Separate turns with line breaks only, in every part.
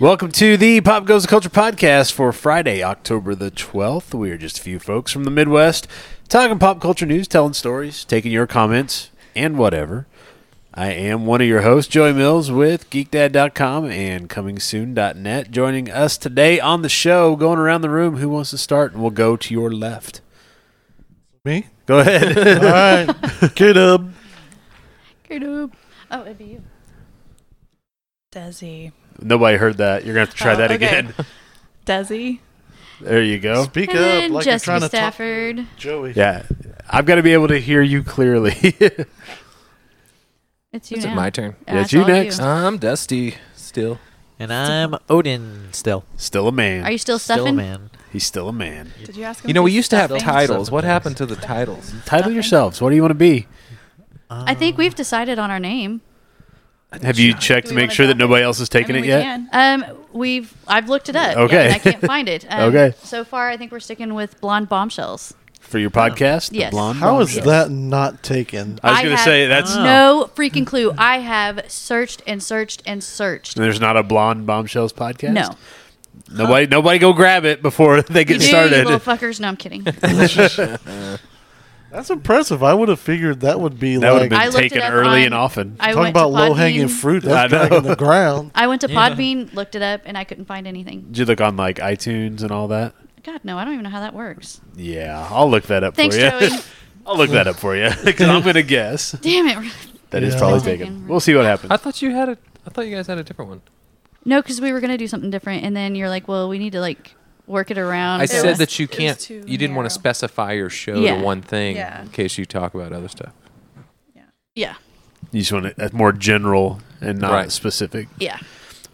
Welcome to the Pop Goes the Culture podcast for Friday, October the 12th. We are just a few folks from the Midwest talking pop culture news, telling stories, taking your comments, and whatever. I am one of your hosts, Joey Mills, with geekdad.com and comingsoon.net. Joining us today on the show, going around the room, who wants to start? And we'll go to your left.
Me?
Go ahead.
All right. Get up.
Oh, it'd be you. Desi.
Nobody heard that. You're going to have to try
Oh,
that
okay.
again.
Desi.
There you go.
Speak
and
up
then
like you're
Jessica
trying to talk.
Stafford.
Joey.
Yeah. I've got to be able to hear you clearly.
It's you
Is
now.
it my turn?
Yeah,
Yeah, it's you
all
next.
I'm Dusty still.
And I'm Odin still.
still a man.
Are you still
Still a
stuffing?
man.
He's still a man.
Did you ask him?
You know,
if
we
he's
used to have
stuffing?
titles. What
Stuffing.
happened to the titles?
Title
Stuffing.
yourselves. What do you want to be?
I think we've decided on our name.
Have you checked
Do
to
we
make
wanna
sure that
drop it?
nobody else has
I
taken
mean,
it
we
yet?
can.
Um, we've I've looked it up. yeah,
Okay.
and I can't find it. Um,
Okay.
So far, I think we're sticking with blonde bombshells.
For your podcast? The
Yes.
Blonde
How is
Bombshell?
that not taken?
I was
I
going to
have-
say, that's.
Oh.
No freaking clue. I have searched and searched and searched.
There's not a blonde bombshells podcast.
No,
nobody, nobody go grab it before they get
you do, you
started.
little fuckers. No, I'm kidding.
That's impressive. I would have figured that would be
that would
like
I
have
looked
been taken
it up
early
on-
and often.
I
talking
went
about
to
low hanging
Podbean.
fruit.
I
That's
know.
dragging the ground.
I went to
Yeah.
Podbean, looked it up, and I couldn't find anything.
Did you look on like iTunes and all that?
God, no, I don't even know how that works.
Yeah, I'll look that up
Thanks,
for you.
Joey.
I'll look that up for you because I'm going to guess
Damn it.
that is
Yeah.
probably
Taken.
taken. We'll see what happens.
I thought you had a. I thought you guys had a different one.
No, because we were gonna do something different, and then you're like, "Well, we need to like work it around."
I
so-
said
Um, was-
that you
it was
can't.
too
You didn't want
narrow.
to specify your show
Yeah.
to one thing
Yeah.
in case you talk about other stuff.
"Yeah,
You just want it that's more general and not
Right.
specific.
yeah,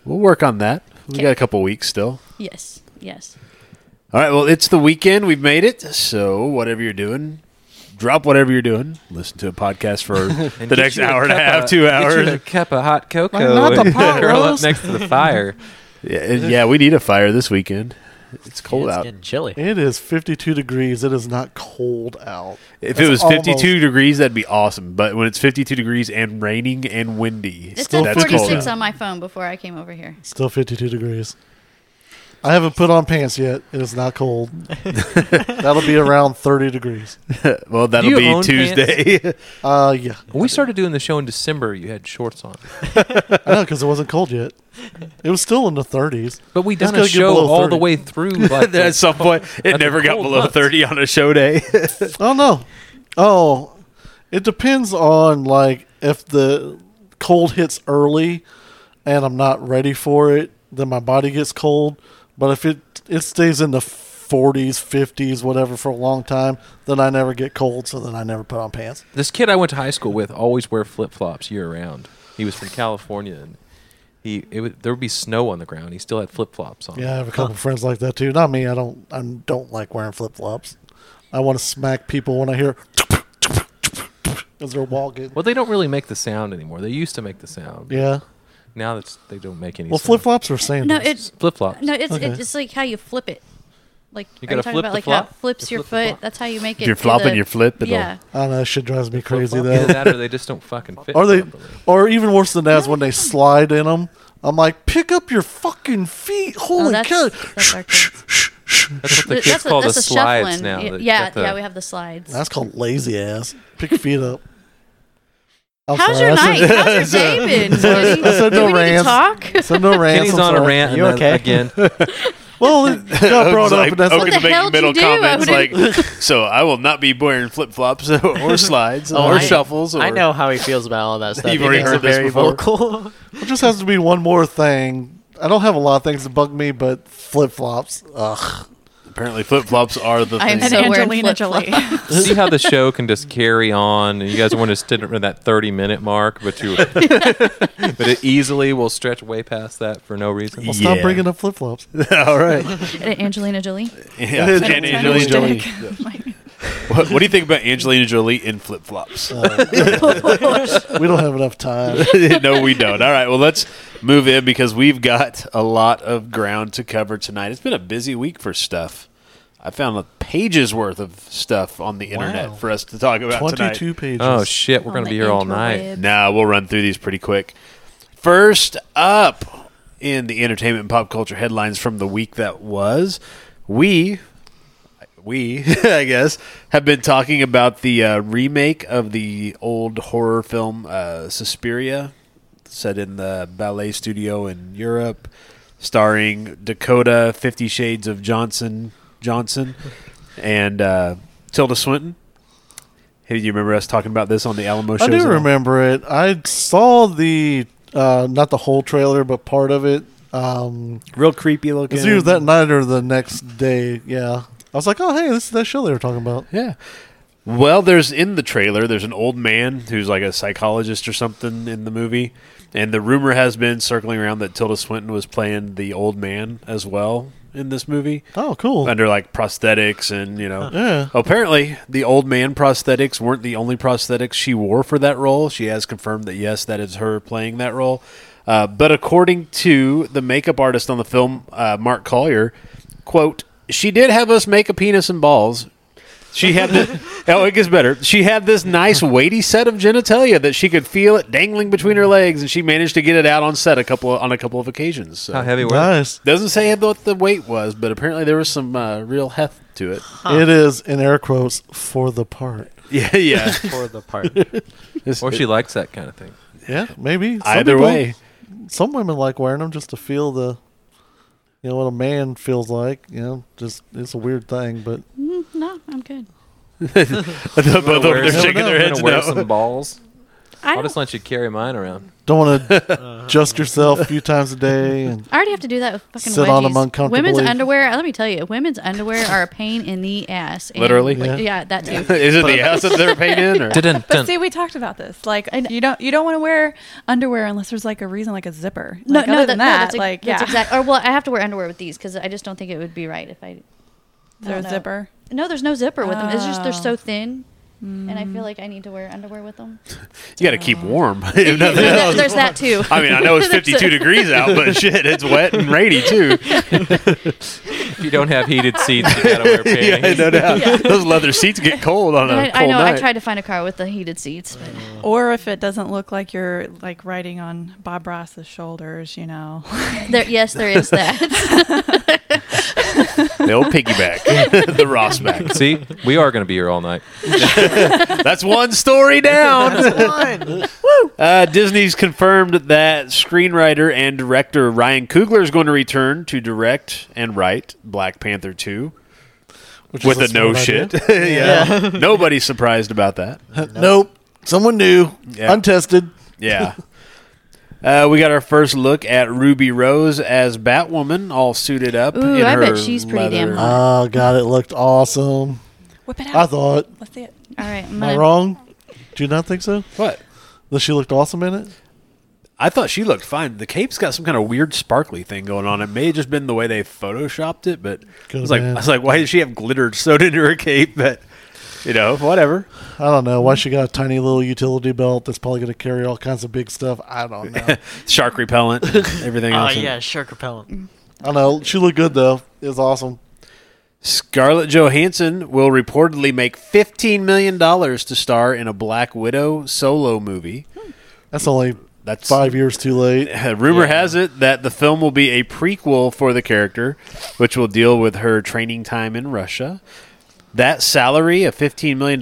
We'll work on that. We
Okay.
got a couple weeks still.
yes, yes."
All right. Well, it's the weekend. We've made it. So whatever you're doing, drop whatever you're doing. Listen to a podcast for
And
the
get
next
you a
hour and a
cup
half,
of-
two
get you
hours.
a cup of hot cocoa
not the
and
pot
curl up
roast?
next to the fire.
Yeah, and yeah, we need a fire this weekend. It's cold
it's
out.
getting chilly.
It is 52 degrees. It is not cold out.
If it
That's
was 52
almost-
degrees, that'd be awesome. But when it's 52 degrees and raining and windy,
It
still
said
that's cold
46
out.
on my phone before I came over here.
Still 52 degrees. I haven't put on pants yet. It is not cold. That'll be around 30 degrees.
Well, that'll
you
be
own
Tuesday.
Uh, yeah.
When we started doing the show in December, you had shorts on,
I know because it wasn't cold yet. It was still in the 30s.
but we done
gotta
a
get
show
below
all
30.
the way through. Like the-
At some point, it
a
never got
cold
below
month.
30 on a show day.
Oh no. Oh, it depends on like if the cold hits early and I'm not ready for it, then my body gets cold. But if it it stays in the 40s, 50s, whatever for a long time, then I never get cold, so then I never put on pants.
This kid I went to high school with always wear flip flops year round. He was from California, and he it would, there would be snow on the ground. He still had flip flops on.
Yeah, I have a couple friends like that too. Not me. I don't I don't like wearing flip-flops. I want to smack people when I hear as they're walking.
Well, they don't really make the sound anymore. They used to make the sound.
Yeah.
Now that's they don't make any.
Well, flip-flops are same.
No, it
flip flops.
no, it's
Okay.
it's like how you flip it. Like
You
are you
gotta
talking
flip
about
the
like how
flop?
it flips
You
your
flip
foot.
the flop.
That's how you make it.
If you're
to
flopping,
the-
you flip. It'll,
Yeah,
I don't know. That shit drives me crazy though.
Either that or they just don't fucking fit.
Or they,
properly.
or even worse than that is when they slide in them. I'm like, pick up your fucking feet!
Oh,
Holy
that's,
cow!
that's, our kids.
That's what the
Th-
kids
that's a-
call the
that's a
slides
shuffling.
now.
Y-
They
Yeah,
got the-
yeah, we have the slides.
That's called lazy ass. Pick your feet up. I'm
How's
sorry,
your
I said-
night? How's your day been? Woody?
I said
Do
no
we need to
rants.
talk?
said no rants.
Kenny's
I'm
on a
sorry.
rant.
You
and then
okay?
Again,
Well, it got brought up, and that's
okay.
like,
the hell did you do, Odin?
like, so I will not be wearing flip flops or slides
Oh,
or
I-
shuffles. Or,
I know how he feels about all that stuff.
You've
He
already
thinks
heard
I'm
this
very
before.
vocal.
it just has to be one more thing. I don't have a lot of things that bug me, but flip flops. Ugh.
Apparently, flip flops are the
I am
thing.
And
So we're in
Angelina
flip-flop.
Jolie.
see how the show can just carry on. And you guys want to sit at that thirty-minute mark, but you, but it easily will stretch way past that for no reason.
Well, stop
Yeah.
bringing up flip flops.
All right.
Angelina Jolie.
Yeah,
is
and
Angelina
Angelina
Jolie.
Jolie. What, what do you think about Angelina Jolie in flip flops?
We don't have enough time.
no, we don't. All right. Well, let's move in because we've got a lot of ground to cover tonight. It's been a busy week for stuff. I found a page's worth of stuff on the internet
Wow.
for us to talk about tonight.
Twenty-two pages.
Oh shit, we're
On
gonna
the
be here all night.
interweb.
Nah, we'll run through these pretty quick. First up in the entertainment and pop culture headlines from the week that was. We, we, I guess, have been talking about the uh, remake of the old horror film uh, Suspiria, set in the ballet studio in Europe, starring Dakota Fifty Shades of Johnson Johnson and uh, Tilda Swinton. Hey, do you remember us talking about this on the Alamo show?
I do remember it. I saw the uh, not the whole trailer, but part of it. Um,
Real creepy looking.
it was either that night or the next day. Yeah, I was like, oh hey, this is that show they were talking about.
Yeah. Well, there's in the trailer, there's an old man who's like a psychologist or something in the movie. And the rumor has been circling around that Tilda Swinton was playing the old man as well in this movie
Oh, cool.
under like prosthetics and, you know.
yeah.
Apparently, the old man prosthetics weren't the only prosthetics she wore for that role. She has confirmed that yes, that is her playing that role. Uh, but according to the makeup artist on the film, uh, Mark Collier, quote, she did have us make a penis and balls. She had this, oh, it gets better. She had this nice weighty set of genitalia that she could feel it dangling between her legs, and she managed to get it out on set a couple on a couple of occasions. So.
How heavy were they?
Nice.
Doesn't say what the weight was, but apparently there was some uh, real heft to it.
It is in air quotes for the part.
Yeah, yeah.
for the part.
Or Oh, she likes that kind of thing.
Yeah, maybe. Some
Either
people-
way,
some women like wearing them just to feel the, you know, what a man feels like. You know, just it's a weird thing, but
Mm, no, I'm good.
both of them
Wanna
they're
wear-
shaking their
wanna
heads
wear
now.
some balls.
I,
I'll
don't,
just let you carry mine around.
don't want to adjust yourself a few times a day. And
I already have to do that with fucking
Sit on 'em
wedgies. Women's
uncomfortably.
underwear. Let me tell you, women's underwear are a pain in the ass. And,
Literally?
like,
Yeah.
yeah. that too.
Is it the ass that they're painting in? Or?
Didn't.
But see, we talked about this. Like,
I kn-
you don't you don't want to wear underwear unless there's like a reason, like a zipper.
No,
Like,
no,
other
that,
than
no,
that,
that's
like
like, that's
yeah,
exact- oh, Or well, I have to wear underwear with these because I just don't think it would be right if I. I don't
there's
know.
a zipper.
No, there's no zipper with them. It's just they're
Oh. Mm-hmm.
so thin, and I feel like I need to wear underwear with them.
You got to keep warm. if
there's,
nothing
that,
else.
there's that too.
I mean, I know it's
There's a-
52 degrees out, but shit, it's wet and rainy too.
If you don't have heated seats, you gotta wear panties.
no doubt. Those leather seats get cold on a
I,
cold
I know.
night.
I tried to find a car with the heated seats. But
Mm. Or if it doesn't look like you're like riding on Bob Ross's shoulders, you know.
there, yes, there is that.
The old piggyback, the Ross back.
See, we are gonna be here all night.
That's one story down. Uh, Disney's confirmed that screenwriter and director Ryan Coogler is going to return to direct and write Black Panther 2
which
with a
is
no
smart idea.
shit. yeah. Nobody's surprised about that.
Nope. Someone new,
Yeah.
untested.
Yeah. Uh, we got our first look at Ruby Rose as Batwoman, all suited up.
Ooh,
in
I bet
her
she's pretty damn
leather-
hot.
Oh God, it looked awesome.
Whip it out.
I thought.
Let's see it.
All right, I'm
Am I
gonna-
wrong? Do you not think so?
What?
That she looked awesome in it?
I thought she looked fine. The cape's got some kind of weird sparkly thing going on. It may have just been the way they photoshopped it, but I
Could've
was like,
been.
I was like, why does she have glitter sewed into her cape? But you know, whatever.
I don't know why she got a tiny little utility belt that's probably going to carry all kinds of big stuff. I don't know. I
Shark repellent, everything
Oh
else.
yeah, shark repellent.
don't know. She looked good though. It was awesome.
Scarlett Johansson will reportedly make fifteen million dollars to star in a Black Widow solo movie.
That's only
That's
five years too late.
Uh, Rumor has it that the film will be a prequel for the character, which will deal with her training time in Russia. That salary of $15 million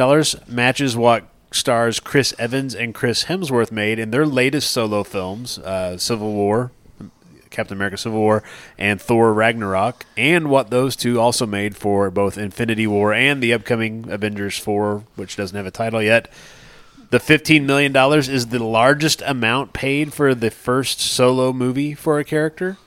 matches what stars Chris Evans and Chris Hemsworth made in their latest solo films, uh, Civil War, Captain America Civil War, and Thor Ragnarok, and what those two also made for both Infinity War and the upcoming Avengers 4, which doesn't have a title yet. The fifteen million dollars is the largest amount paid for the first solo movie for a character.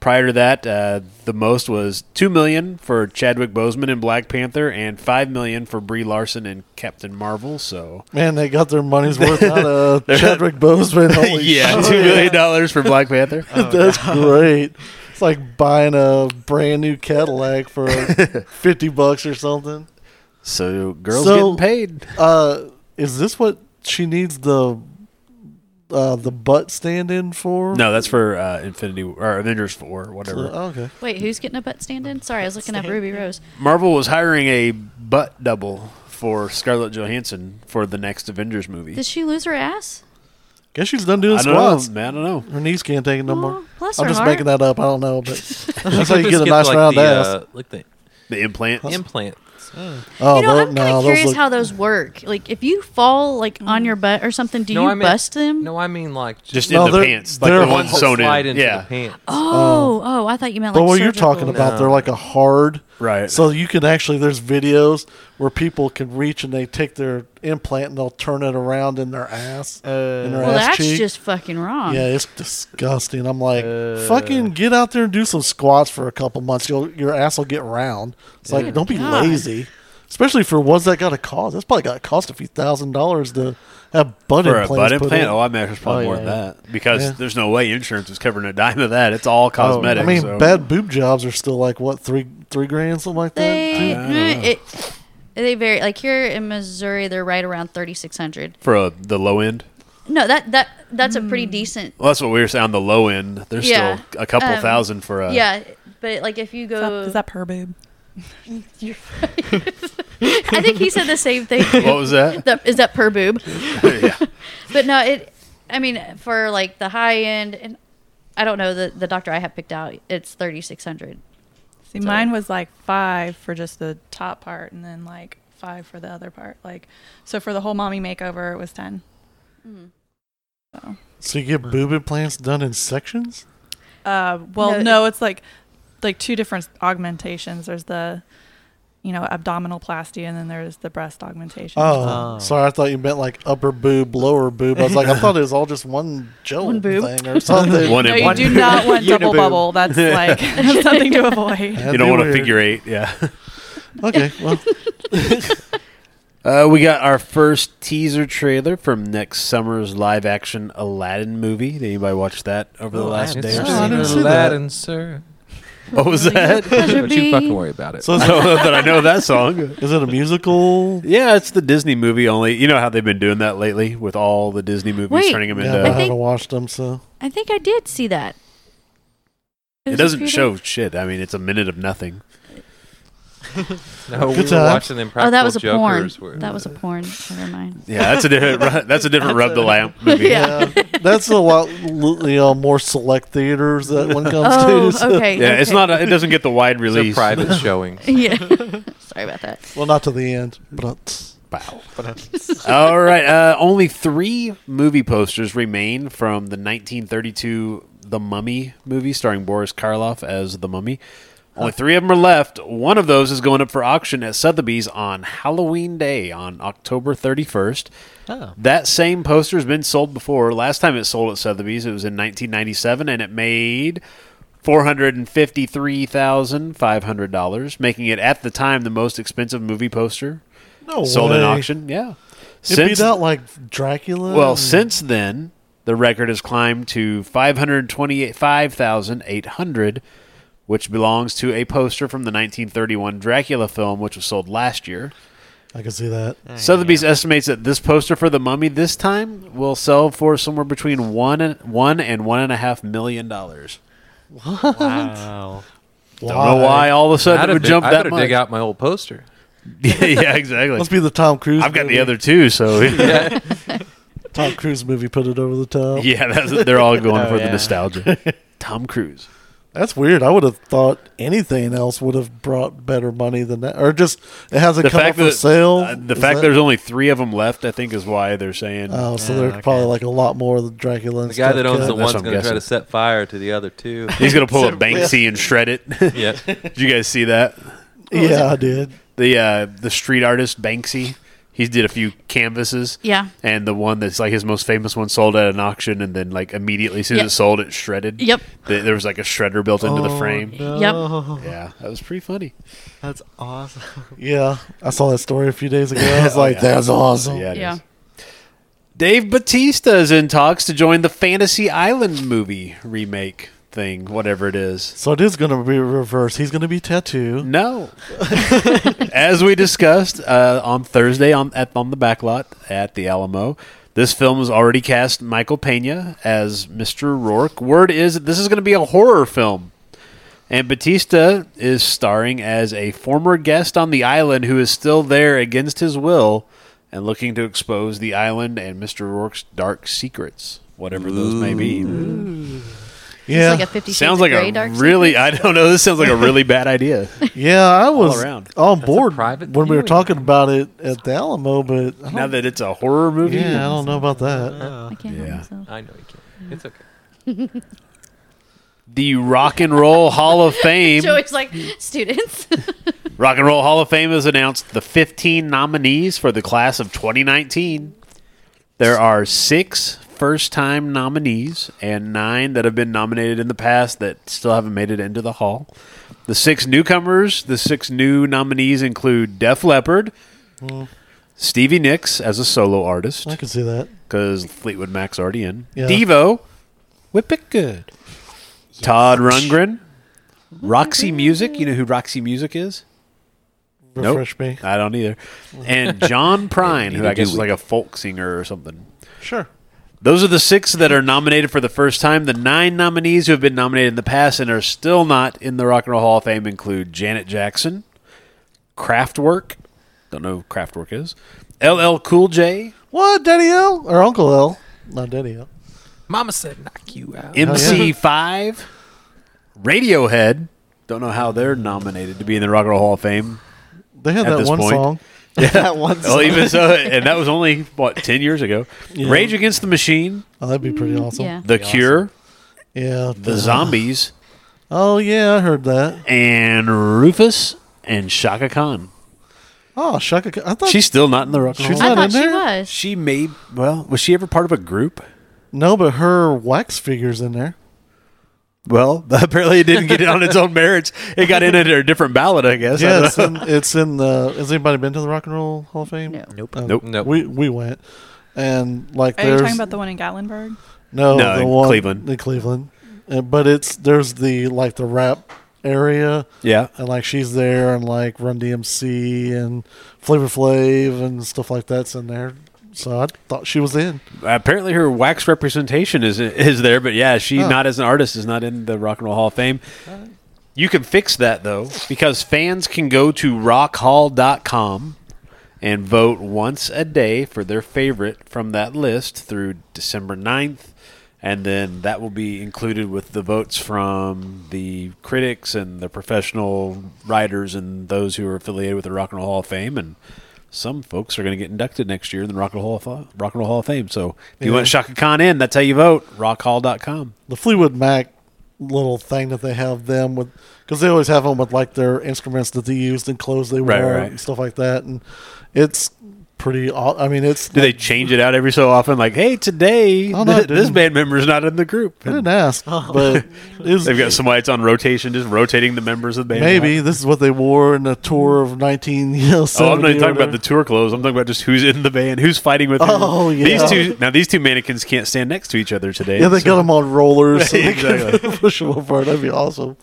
Prior to that, uh, the most was two million for Chadwick Boseman in Black Panther, and five million for Brie Larson in Captain Marvel. So,
Man, they got their money's worth out of Chadwick Boseman. Holy
yeah,
shit.
two million dollars for Black Panther.
That's great. It's like buying a brand new Cadillac for 50 bucks or something.
So, girls
So-
getting paid.
Uh, is this what she needs the uh, the butt stand in for?
No, that's for uh, Infinity or Avengers Four, whatever.
Oh, okay.
Wait, who's getting a butt stand in? Sorry, I was looking up Ruby Rose.
Marvel was hiring a butt double for Scarlett Johansson for the next Avengers movie.
Did she lose her ass?
Guess she's done doing
I don't know,
squats.
man. I don't know.
Her knees can't take it no more.
Aw, bless
I'm
her
just
heart.
making that up. I don't know, but that's how
Just
you get a
get,
nice
like,
round
the,
ass.
uh, like the
The implant.
implants.
oh,
you know,
tho-
I'm kind
no,
of
those
curious
look- Mm.
how those work. Like, if you fall like on your butt or something, do
No,
you
I mean-
bust them?
No, I mean like
Just
No,
in the
they're-
pants, like the
they're
one
holes
sewn
slide
in.
into
Yeah,
the pants.
Oh, oh, I thought you meant like.
but what you're
surgical.
talking about,
No.
they're like a hard.
right.
So you can actually, there's videos where people can reach and they take their implant and they'll turn it around in their ass. in their
Well,
ass
that's
cheek.
just fucking wrong.
yeah, it's disgusting. I'm like, fucking get out there and do some squats for a couple months. You'll, your ass will get round. It's like, don't be
God.
lazy. Especially for ones that got a cost. That's probably got a cost a few thousand dollars to have butt
for a
implants.
butt
put
implant,
in.
oh, I imagine it's probably
Oh,
more
yeah.
than that because
Yeah. Oh,
there's no way insurance is covering a dime of that. It's all cosmetic.
I mean,
so.
bad boob jobs are still like what three three grand something like that.
I
They
don't know.
it, they vary. Like here in Missouri, they're right around thirty six hundred.
for a, the low end.
No, that that that's a pretty decent.
Well, that's what we were saying. On the low end, there's
Yeah.
still a couple
Um,
thousand for a.
yeah, but like if you
Is that,
go,
is that per boob?
I think he said the same thing.
What was that?
that, is that per boob?
yeah.
But no, it. I mean, for like the high end, and I don't know the the doctor I have picked out. It's thirty six hundred.
See,
So-
mine was like five for just the top part, and then like five for the other part. Like, so for the whole mommy makeover, it was ten.
Hmm.
So,
So you get boob implants done in sections?
uh, well,
No,
no, it's like like two different augmentations. There's the you know abdominal plasty, and then there's the breast augmentation.
Oh,
Oh.
sorry, I thought you meant like upper boob, lower boob. I was like, I thought it was all just one gel
One boob.
thing or something.
One
no,
in
you
one.
do not want double
Uniboob.
bubble. That's like something to avoid.
That'd
You don't
be
want to
weird.
figure eight. Yeah.
Okay, well,
Uh, we got our first teaser trailer from next summer's live action Aladdin movie. Did anybody watch that over the last day or
Oh, seen
so?
it. didn't see that.
Aladdin, sir.
What was that?
Pleasure
But you
be-
fucking worry about it.
so is it,
so, but I know that song.
is it a musical?
Yeah, it's the Disney movie only. You know how they've been doing that lately with all the Disney movies
Wait.
turning them
Yeah,
into.
but I,
I think-
haven't watched them, so
I think I did see that.
it
was
doesn't
pretty-
show shit. I mean, it's a minute of nothing.
no, we
Good
were
times.
watching the Impractical
Oh, that was a porn.
Jokers. Were,
That was a porn. Never mind.
Yeah, that's a different. that's a different rub the lamp movie.
Yeah.
that's a lot. You know, more select theaters that one comes
Oh,
to. so-
okay.
Yeah, it's
okay.
not. A, it doesn't get the wide
It's a
release.
private showing.
Yeah. Sorry about that.
Well, not to the end, but
Wow. All right. Uh, only three movie posters remain from the 1932 The Mummy movie, starring Boris Karloff as the Mummy. Only three of them are left. One of those is going up for auction at Sotheby's on Halloween Day on October 31st.
Oh.
That same poster has been sold before. Last time it sold at Sotheby's, it was in 1997, and it made $453,500, making it at the time the most expensive movie poster
no
sold in
way.
auction. Yeah.
It beat out like Dracula. Mm,
well,
and-
since then, the record has climbed to 525,800, which belongs to a poster from the 1931 Dracula film, which was sold last year.
I can see that.
Sotheby's estimates that this poster for the mummy this time will sell for somewhere between one and one and one and a half million dollars.
Wow.
Don't know why all of a sudden
I'd
it
have
would
been-
jump
I
that
better
much.
dig out my old poster.
yeah, exactly.
Must be the Tom Cruise.
I've got the
movie.
other two, so
Tom Cruise movie. Put it over the top.
yeah, that's, they're all going
Oh,
for the
yeah.
nostalgia. Tom Cruise.
That's weird. I would have thought anything else would have brought better money than that, or just it hasn't
the
come
fact
up for
that
sale.
uh, the
Is
fact
that-
there's only three of them left, I think, is why they're saying.
oh, so
Yeah,
there's
okay.
probably like a lot more of the Dracula. And
The guy
stuff
that owns
cut.
the
That's what
one's
I'm
going to try
guessing.
to set fire to the other two.
He's gonna pull a Banksy and shred it.
yeah.
Did you guys see that?
Yeah, I did.
The uh, the street artist Banksy, he did a few canvases,
Yeah.
and the one that's like his most famous one sold at an auction, and then like immediately as soon as
Yeah.
it sold, it shredded.
Yep.
Th- there was like a shredder built into the frame.
No.
Yeah, that was pretty funny.
That's awesome.
Yeah, I saw that story a few days ago. I was
Oh,
like,
yeah.
"That's awesome."
Yeah. it
Yeah.
is. Dave Batista is in talks to join the Fantasy Island movie remake thing, whatever it is.
So it is going to be reverse. He's going to be tattoo.
No. As we discussed uh, on Thursday on at, on the backlot at the Alamo, this film has already cast Michael Pena as Mr. Rourke. Word is that this is going to be a horror film. And Batista is starring as a former guest on the island who is still there against his will and looking to expose the island and Mr. Rourke's dark secrets, whatever those may be.
Yeah,
It's like a 50
Sounds
Shades of
like
Grey
a
dark
really, I don't know, this sounds like a really bad idea.
yeah. I was
around.
on board
private
when we were
viewing.
talking about it at the Alamo, but I
Now
don't,
that it's a horror movie,
yeah, I don't know about that.
I can't help
Yeah.
myself.
I know you can. It's okay.
the Rock and Roll Hall of Fame.
Joey's like, students.
Rock and Roll Hall of Fame has announced the 15 nominees for the class of 2019. There are six first time nominees and nine that have been nominated in the past that still haven't made it into the hall. The six newcomers, the six new nominees include Def Leppard, Stevie Nicks as a solo artist,
I can see that.
because Fleetwood Mac's already in,
Yeah.
Devo, Whip It Good, Todd Rundgren, Roxy Music. You know who Roxy Music is? Nope.
Refresh me.
I don't either. And John Prine, who
Neither
I guess
do
is
we.
like a folk singer or something.
Sure.
Those are the six that are nominated for the first time. The nine nominees who have been nominated in the past and are still not in the Rock and Roll Hall of Fame include Janet Jackson, Kraftwerk, don't know who Kraftwerk is, LL Cool J,
What, Daddy L or Uncle L? Not Daddy L.
Mama said knock you
Oh,
out.
MC5, Radiohead. Don't know how they're nominated to be in the Rock and Roll Hall of Fame.
They had
At
that
this
one
point.
song. Oh,
that one
Well, Oh, even so, and that was only what ten years ago. Rage Against the Machine,
Oh, that'd be pretty awesome.
yeah.
The Cure,
Yeah.
The Zombies,
Oh yeah, I heard that.
and Rufus and Shaka Khan.
Oh, Shaka. Khan- I thought
She's still not in the Rock and
She's
Roll.
not
I thought
in
she
there?
was.
She may well was she ever part of a group?
no, but her wax figures in there.
Well, apparently it didn't get it on its own merits. It got in at a different ballot, I guess. I
Yeah,
don't
it's in, it's in the. Has anybody been to the Rock and Roll Hall of Fame?
No.
know.
Oh,
Nope.
Nope.
We we went, and like
Are you
there's
talking about the one in Gatlinburg?
no,
No,
the
in
one
Cleveland.
in Cleveland, Uh, but it's there's the like the rap area,
Yeah.
and like she's there, and like Run DMC and Flavor Flav and stuff like that's in there. So I thought she was in.
Apparently her wax representation is is there, but yeah, she
Oh.
not as an artist is not in the Rock and Roll Hall of Fame. You can fix that though, because fans can go to rockhall.com and vote once a day for their favorite from that list through December 9th. And then that will be included with the votes from the critics and the professional writers and those who are affiliated with the Rock and Roll Hall of Fame. And some folks are going to get inducted next year in the Rock and Roll Hall of, Rock and Roll Hall of Fame. So if you
Yeah.
want Shaka Khan in, that's how you vote. Rockhall.com.
the Fleetwood Mac little thing that they have them with because they always have them with like their instruments that they used and clothes they
Right,
wore
right.
and stuff like that, and it's pretty. aw- I mean, it's
Do they change it out every so often? Like, hey, today
Oh, no, I
this
didn't.
band member's not in the group.
I didn't ask,
Oh.
but it's,
They've got somebody that's on rotation, just rotating the members of the band.
maybe this is what they wore in a tour of nineteen. You know,
Oh, I'm not
70 or
even talking about
whatever.
the tour clothes. I'm talking about just who's in the band, who's fighting with. who.
Oh, yeah.
These two now these two mannequins can't stand next to each other today.
yeah, they
so-
got them on rollers. So they
Exactly.
can push them apart. That'd be awesome.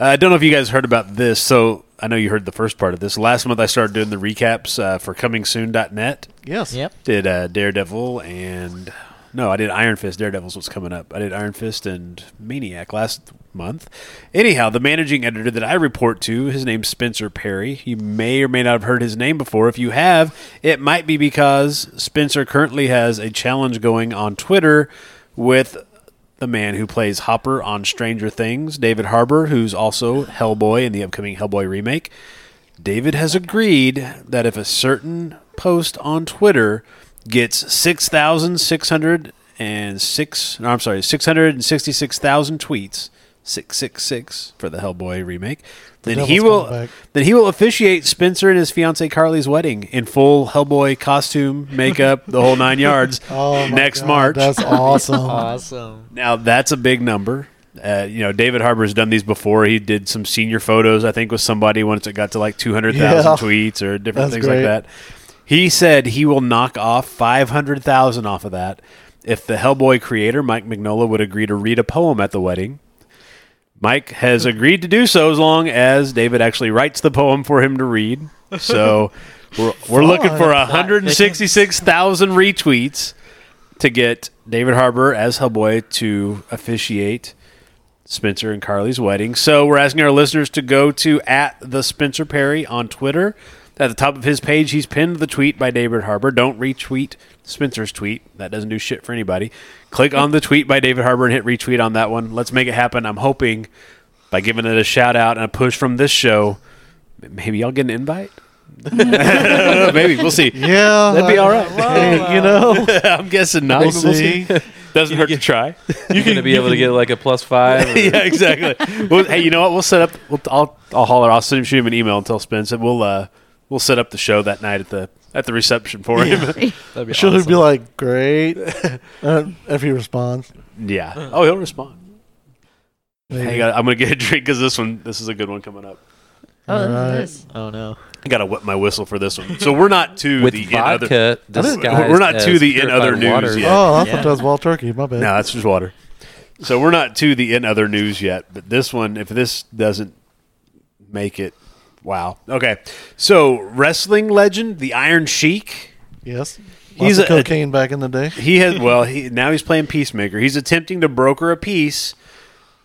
Uh, I don't know if you guys heard about this. So I know you heard the first part of this. Last month I started doing the recaps uh, for ComingSoon.net.
Yes.
Yep.
Did uh, Daredevil and no, I did Iron Fist. Daredevil's what's coming up. I did Iron Fist and Maniac last month. Anyhow, the managing editor that I report to, his name's Spencer Perry. You may or may not have heard his name before. If you have, it might be because Spencer currently has a challenge going on Twitter with the man who plays Hopper on Stranger Things, David Harbour, who's also Hellboy in the upcoming Hellboy remake. David has agreed that if a certain post on Twitter gets 6,606, no, I'm sorry, 666,000 tweets, 666 for the Hellboy remake, then he
devil's
will
coming back.
then he will officiate Spencer and his fiancee Carly's wedding in full Hellboy costume, makeup, the whole nine yards
Oh, my
next
God,
March.
That's
Uh,
awesome.
Awesome.
Now that's a big number. Uh, you know, David Harbour's done these before. He did some senior photos, I think, with somebody once it got to like two hundred thousand
Yeah.
tweets or different
That's
things
great.
like that. He said he will knock off five hundred thousand off of that if the Hellboy creator Mike Mignola would agree to read a poem at the wedding. Mike has agreed to do so as long as David actually writes the poem for him to read. So we're, we're looking for 166,000 retweets to get David Harbour as Hellboy to officiate Spencer and Carly's wedding. So we're asking our listeners to go to at the Spencer Perry on Twitter At the top of his page, he's pinned the tweet by David Harbour. Don't retweet Spencer's tweet. That doesn't do shit for anybody. Click on the tweet by David Harbour and hit retweet on that one. Let's make it happen. I'm hoping by giving it a shout out and a push from this show, m- maybe y'all get an invite. maybe we'll see.
Yeah,
That'd be all right.
you know,
I'm guessing not.
we'll
but we'll see.
see.
Doesn't hurt to try.
You're going to be able to get like a plus five. or-
yeah, exactly. Well, hey, you know what? We'll set up. We'll, I'll I'll holler. I'll send him, shoot him an email and tell Spence that we'll uh we'll set up the show that night at the at the reception for him.
That'd be
Should he
awesome.
be like great uh, if he responds?
yeah. Oh, he'll respond. Hang
Maybe.
on, I'm gonna get a drink because this one this is a good one coming up.
Oh, this
Alright.
is.
Oh no.
I gotta whip my whistle for this one. So we're not to
with
the in
vodka
other.
disguised
We're not
as
to the in other
purified
news
water.
yet.
Oh, I
Yeah.
thought that was wild turkey. My bad.
No, that's just water. So we're not to the in other news yet, but this one, if this doesn't make it, wow. Okay. So wrestling legend, the Iron Sheik.
Yes,
He's
he's
a-
of cocaine back in the day.
He has well, he now he's playing peacemaker. He's attempting to broker a peace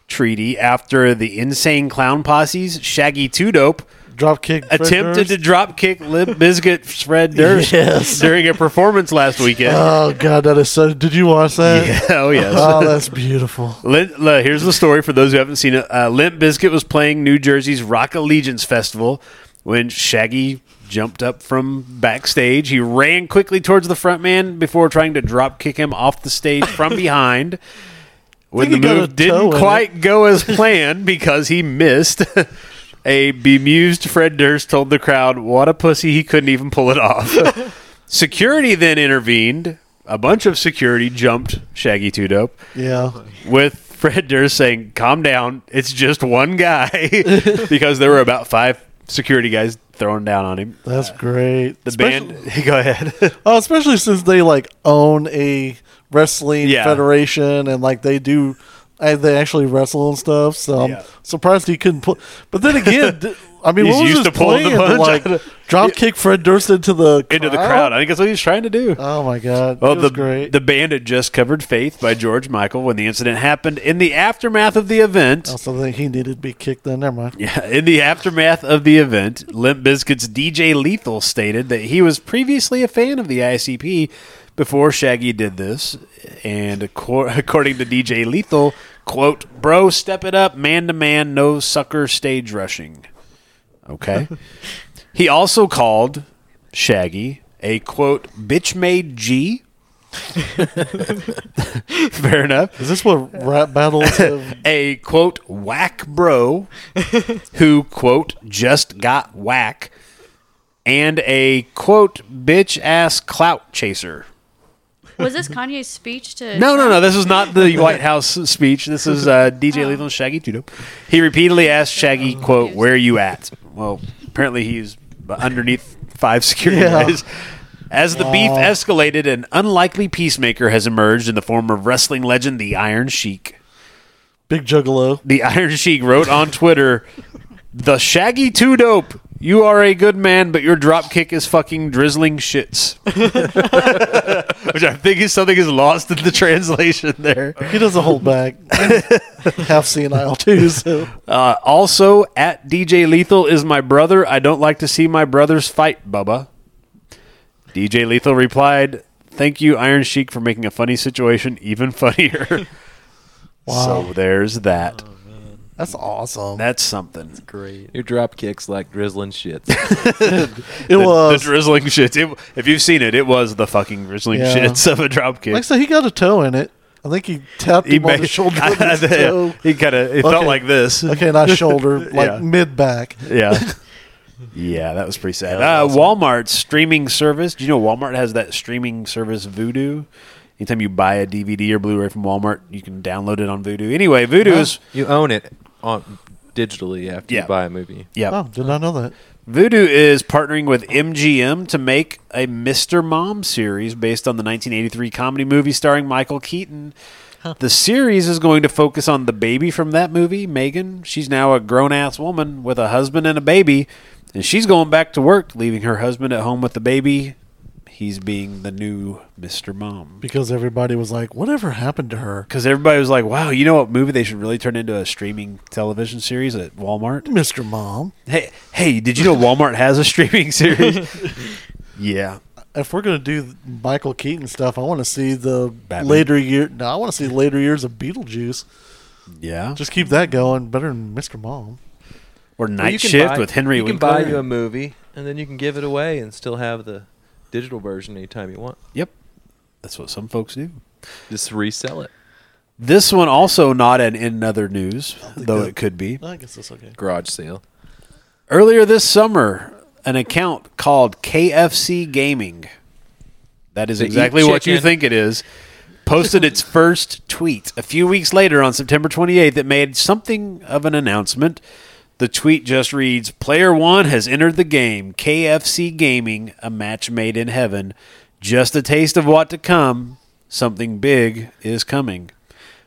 treaty after the insane clown posse's Shaggy Two Dope
Drop kick. Fred
attempted to
Durst.
drop kick Lib Biscuit Fred Durst
Yes.
during a performance last weekend.
Oh god, that is so. Did you watch that?
Yeah, oh yes.
Oh, that's beautiful.
Limp, uh, here's the story for those who haven't seen it. Uh, Limp Bizkit was playing New Jersey's Rock Allegiance Festival when Shaggy jumped up from backstage. He ran quickly towards the front man before trying to drop kick him off the stage from behind. When the
Think he got a
move
toe
didn't
in it.
quite go as planned because he missed, a bemused Fred Durst told the crowd, What a pussy, he couldn't even pull it off. security then intervened. A bunch of security jumped Shaggy Two Dope
Yeah.
with Fred Durst saying, "Calm down, it's just one guy," because there were about five security guys throwing down on him.
That's great.
The band, go ahead.
oh, especially since they like own a wrestling
Yeah.
federation and like they do, and they actually wrestle and stuff. So I'm
Yeah.
surprised he couldn't pull. But then again, d- I mean,
He's
what was
used
his
to pulling the
plan to,
punch.
like drop kick Fred Durst into the
Into the crowd. I think that's what he was trying to do.
Oh my god,
Well,
it was
the
great.
the band had just covered "Faith" by George Michael when the incident happened. In the aftermath of the event,
also, think he needed to be kicked. Then never mind.
Yeah, in the aftermath of the event, Limp Bizkit's DJ Lethal stated that he was previously a fan of the ICP before Shaggy did this, and acor- according to DJ Lethal, quote, "Bro, step it up, man to man, no sucker stage rushing." Okay. he also called Shaggy a quote bitch made G. Fair enough
Is this what rap battles? Have?
a quote whack bro who quote just got whack and a quote bitch ass clout chaser.
Was this Kanye's speech to?
No, no, no. This is not the White House speech. This is uh,
Oh.
DJ Lethal and Shaggy Tudo. He repeatedly asked Shaggy, "quote Where are you at?" Well, apparently he's b- underneath five security
Yeah.
guys. As the beef
Wow.
escalated, an unlikely peacemaker has emerged in the form of wrestling legend the Iron Sheik.
Big Juggalo.
the Iron Sheik wrote on Twitter, "The Shaggy Two Dope. You are a good man, but your drop kick is fucking drizzling shits." Which I think is something is lost in the translation there.
He doesn't hold back. Half senile too. So
Uh, also, at DJ Lethal is my brother. I don't like to see my brothers fight, Bubba. DJ Lethal replied, "Thank you, Iron Sheik, for making a funny situation even funnier."
Wow.
So there's that.
that's awesome.
That's something.
Great.
Your drop kicks like drizzling shit.
it
the,
was
the drizzling shits. It, if you've seen it, it was the fucking drizzling
Yeah.
shits of a drop kick.
Like I said, he got a toe in it. I think he tapped him on the shoulder with his toe.
he kind of it felt
Okay.
like this.
Okay, not shoulder, like
Yeah.
mid back.
Yeah. Yeah, that was pretty sad.
that was
uh, Walmart's streaming service. Do you know Walmart has that streaming service Voodoo? Anytime you buy a DVD or Blu-ray from Walmart, you can download it on Voodoo. Anyway, Voodoo is
you own it on digitally after
Yeah.
you buy a movie.
yeah.
Oh, did not know that.
Voodoo is partnering with MGM to make a Mr. Mom series based on the 1983 comedy movie starring Michael Keaton. The series is going to focus on the baby from that movie, Megan. She's now a grown ass woman with a husband and a baby, and she's going back to work, leaving her husband at home with the baby. he's being the new Mr. Mom.
because everybody was like, "Whatever happened to her?"
Because everybody was like, wow, you know what movie they should really turn into a streaming television series at Walmart?
Mister Mom.
Hey, hey, did you know Walmart has a streaming series? yeah.
If we're gonna do Michael Keaton stuff, I want to see the
Batman.
later year. No, I want to see later years of Beetlejuice.
Yeah.
Just keep that going. Better than Mister Mom.
or
Well,
Night
you can
Shift
buy-
with Henry
You can
Winkler.
buy you a movie and then you can give it away and still have the digital version anytime you want.
yep. That's what some folks do.
Just resell it.
This one also not an in other news, though
that-
it could be.
I guess that's okay.
Garage sale.
Earlier this summer, an account called KFC Gaming, that is
They eat
exactly what you
chicken.
think it is, posted its first tweet. A few weeks later, on September 28th, it made something of an announcement. The tweet just reads Player one has entered the game, KFC Gaming, a match made in heaven. Just a taste of what to come. Something big is coming.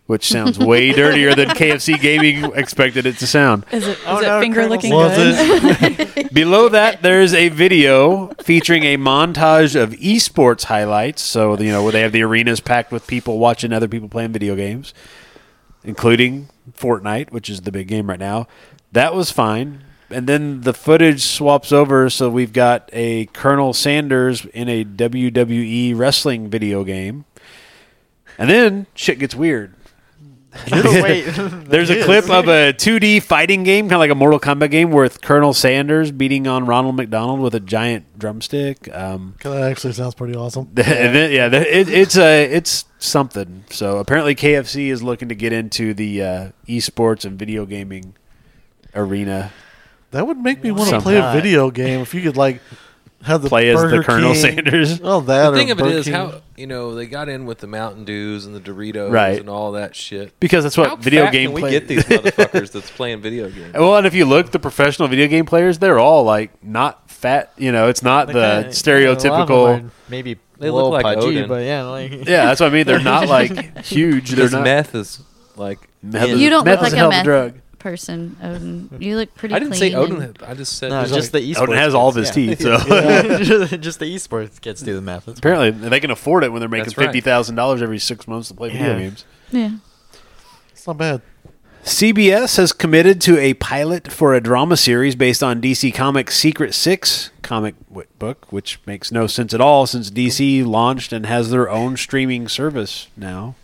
Which sounds way dirtier than KFC Gaming expected it to sound.
Is it, is
Oh,
it
no,
finger
Colonel
licking
Was
good?
it?
Below that, there's a video featuring a montage of esports highlights. So you know where they have the arenas packed with people watching other people playing video games, including Fortnite, which is the big game right now. That was fine. And then the footage swaps over, so we've got a Colonel Sanders in a WWE wrestling video game. And then shit gets weird.
Wait.
There's a clip of a 2D fighting game, kind of like a Mortal Kombat game, with Colonel Sanders beating on Ronald McDonald with a giant drumstick. Um,
That actually sounds pretty awesome.
and then- yeah, there- it, it's a it's something. So apparently, KFC is looking to get into the uh, esports and video gaming arena.
That would make me
Why
want to play a
not?
video game if you could like have the
Play as the
Burger
Colonel
King-
Sanders.
Oh, that
The thing
or
of it
Burger
is
King.
how you know they got in with the Mountain Dews and the Doritos
Right.
and all that shit.
Because that's what
How
video
fat
game
can we
play-
get these motherfuckers that's playing video games.
Well, and if you look, the professional video game players, they're all like not fat. You know, it's not
They
the
kinda-
stereotypical.
yeah, a lot of them are Maybe
They
they
look
look
like
pudgy,
Odin.
but yeah, like
yeah, that's what I mean. They're not like huge. They're
Because
not.
meth is like.
Meth is-
You don't
meth
look
is
like a
hell of
meth
drug.
person, Odin. You look pretty
I didn't
clean.
say Odin.
and-
had- I just said
no,
there's
just
like-
the esports.
Odin has all of his
kids, yeah.
teeth, so
just, just the esports gets do the math. That's
apparently they can afford it when they're making
That's right.
fifty thousand dollars every six months to play video
Yeah.
games.
Yeah.
It's not bad.
CBS has committed to a pilot for a drama series based on DC Comics' Secret Six comic w- book, which makes no sense at all since DC launched and has their own streaming service now.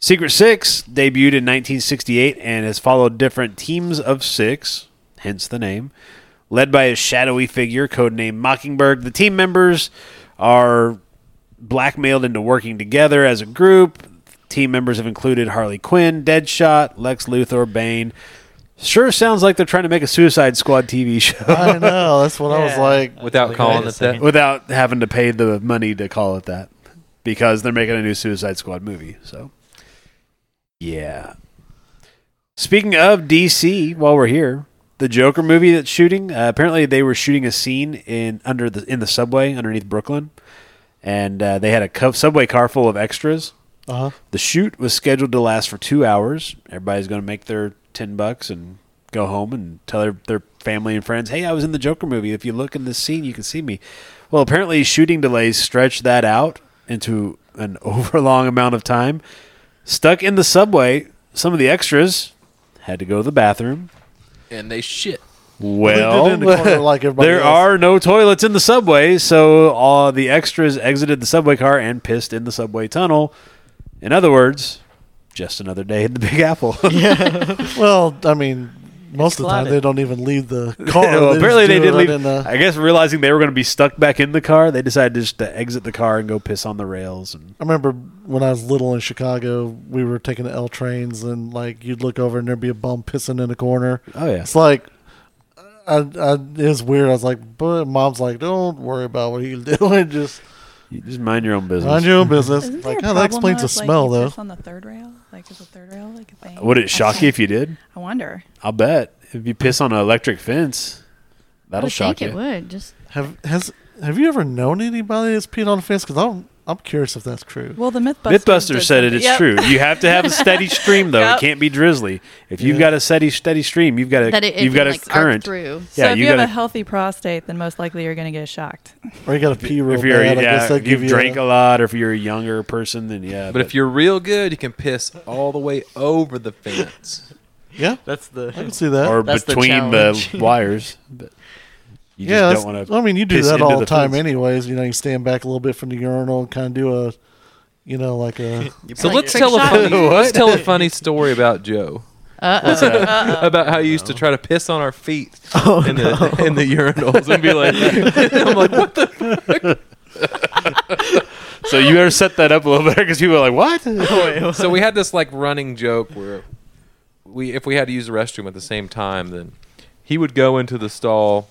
Secret Six debuted in 1968 and has followed different teams of six, hence the name. Led by a shadowy figure codenamed Mockingbird, the team members are blackmailed into working together as a group. Team members have included Harley Quinn, Deadshot, Lex Luthor, Bane. Sure sounds like they're trying to make a Suicide Squad TV show
I know. That's what I was
Yeah.
like.
without
Like,
calling
wait a
it that.
second.
without having to pay the money to call it that because they're making a new Suicide Squad movie. So, yeah. Speaking of DC, while we're here, the Joker movie that's shooting. Uh, apparently, they were shooting a scene in under the in the subway underneath Brooklyn, and uh, they had a co- subway car full of extras.
Uh-huh.
The shoot was scheduled to last for two hours. Everybody's going to make their ten bucks and go home and tell their, their family and friends, "Hey, I was in the Joker movie. If you look in this scene, you can see me." Well, apparently, shooting delays stretched that out into an overlong amount of time. Stuck in the subway, some of the extras had to go to the bathroom.
And they shit.
Well,
They did in the corner like everybody
there
else.
are no toilets in the subway, so all the extras exited the subway car and pissed in the subway tunnel. In other words, just another day in the Big Apple.
Well, I mean, most of the time
clotted.
they don't even leave the car.
Well, apparently they
just do
did leave.
it in the-
I guess realizing they were going to be stuck back in the car, they decided just to exit the car and go piss on the rails. And
I remember when I was little in Chicago, we were taking the L trains, and like you'd look over and there'd be a bum pissing in the corner.
oh yeah,
It's like, I, I, it was weird. I was like, but mom's like, don't worry about what he's doing. Just
you just mind your own business. Mm-hmm.
mind your own business.
Isn't there
like,
a
oh,
problem
that explains
though,
the
if, like,
smell,
you
though.
piss on the third rail, like is the third rail like a thing?
Would it shock you if you did?
I wonder.
I'll bet if you piss on an electric fence,
I
that'll
would
shock
think it
you.
would. Just
Have has have you ever known anybody that's peed on a fence? Because I don't, I'm curious if that's true.
Well, the Mythbusters.
Mythbuster
did
said it.
something-
It's
Yep.
true. You have to have a steady stream, though.
Yep.
It can't be drizzly. If you've
Yeah.
got a steady steady stream, you've got a
that it, it
you've
can,
got a
like, arc
current.
through.
So
Yeah,
if
you
you, have
gotta-
a healthy prostate, then most likely you're going to get shocked.
Or you got to pee real
If you're
bad. I
yeah,
guess that
if
give
you've
you
drank a lot, or if you're a younger person, then yeah.
But if you're real good, you can piss all the way over the fence.
yeah.
That's the.
I can see that.
or
That's the
between the,
challenge.
wires, but you
yeah,
just don't want
that's-
to.
I mean, you do
piss
that
into
all
the
the time,
fence.
anyways. You know, you stand back a little bit from the urinal and kind of do a, you know, like a.
So
Like
let's
trick
tell a
shot.
funny, let's tell a funny story about Joe. about how he used to try to piss on our feet
Oh,
in the in the urinals and be like, I'm like, what the?
So you better set that up a little better because people are like, "What?"
So we had this like running joke where we, if we had to use the restroom at the same time, then he would go into the stall,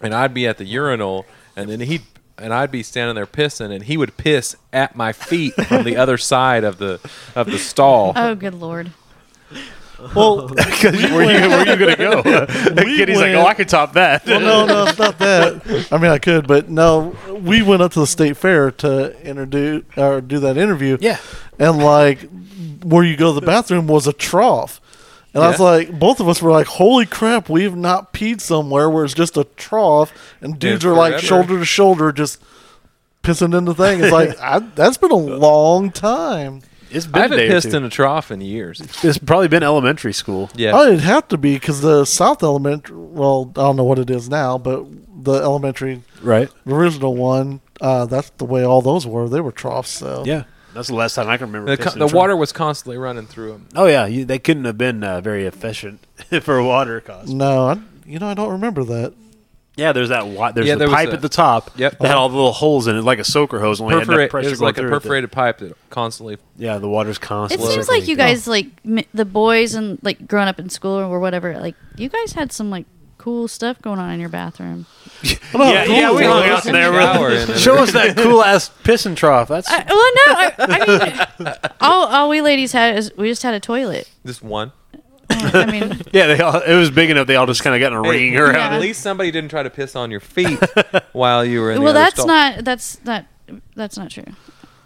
and I'd be at the urinal, and then he and I'd be standing there pissing, and he would piss at my feet from the other side of the of the stall.
Oh, good lord.
Well,
'Cause where, you, where you gonna go?
We
Kitty's like,
went-
"Oh, I could top that."
well, no, no, it's not that. I mean, I could, but no. We went up to the state fair to introduce or do that interview.
yeah,
and like where you go to the bathroom was a trough. And I was
Yeah.
like, both of us were like, "Holy crap, we have not peed somewhere where it's just a trough, and dudes are like
forever.
shoulder to shoulder, just pissing in the thing." It's like I, that's been a long time.
it's been
I
a
haven't
day or
pissed
two.
in a trough in years.
It's probably been elementary school.
Yeah,
Oh, it'd have to be because the South Elementary. Well, I don't know what it is now, but the elementary,
Right.
the original one, uh, that's the way all those were. They were troughs. So
Yeah. That's the last time I can remember.
the,
pissing
co-
in
the
a trough.
water was constantly running through him.
Oh yeah, you, they couldn't have been uh, very efficient for a water cost.
no, I, you know I don't remember that.
Yeah, there's that. Wa- there's
Yeah,
the
there was
pipe
a-
at the top.
Yep.
that had all the little holes in it, like a soaker hose. Only had enough
Perforate,
pressure
it was
going
like a
through it that-
perforated pipe that constantly
yeah, the water's
It
constant.
seems like you guys, like m- the boys and like growing up in school or whatever, like you guys had some like cool stuff going on in your bathroom.
Yeah, yeah, we
Ooh,
hung
it
out
was in
there.
the shower
Really.
and-
Show us that cool ass pissing trough. That's
I, well, no, I, I mean, all, all we ladies had is we just had a toilet.
just one.
I mean,
yeah. They all, it was big enough. They all just kind of got in a ring
Hey,
around.
yeah.
At least somebody didn't try to piss on your feet while you were in the
well,
other
that's
stall.
not that's not that's not true.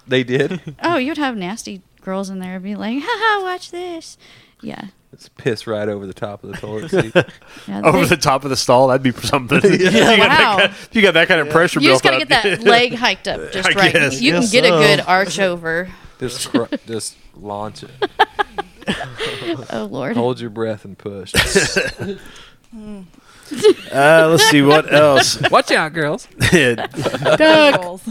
They did.
Oh, you'd have nasty girls in there be like, haha, watch this. Yeah.
It's piss right over the top of the toilet seat.
yeah
Over
they-
the top of the stall, that'd be something. you, got that
Wow.
kind you got that kind of pressure.
you just
built
gotta
up.
get that leg hiked up just
I
right.
guess.
You
Guess
can get
so.
a good arch over.
just, cr- just launch it.
Oh lord.
Hold your breath and push.
Uh, let's see what else.
Watch out, girls.
Goals.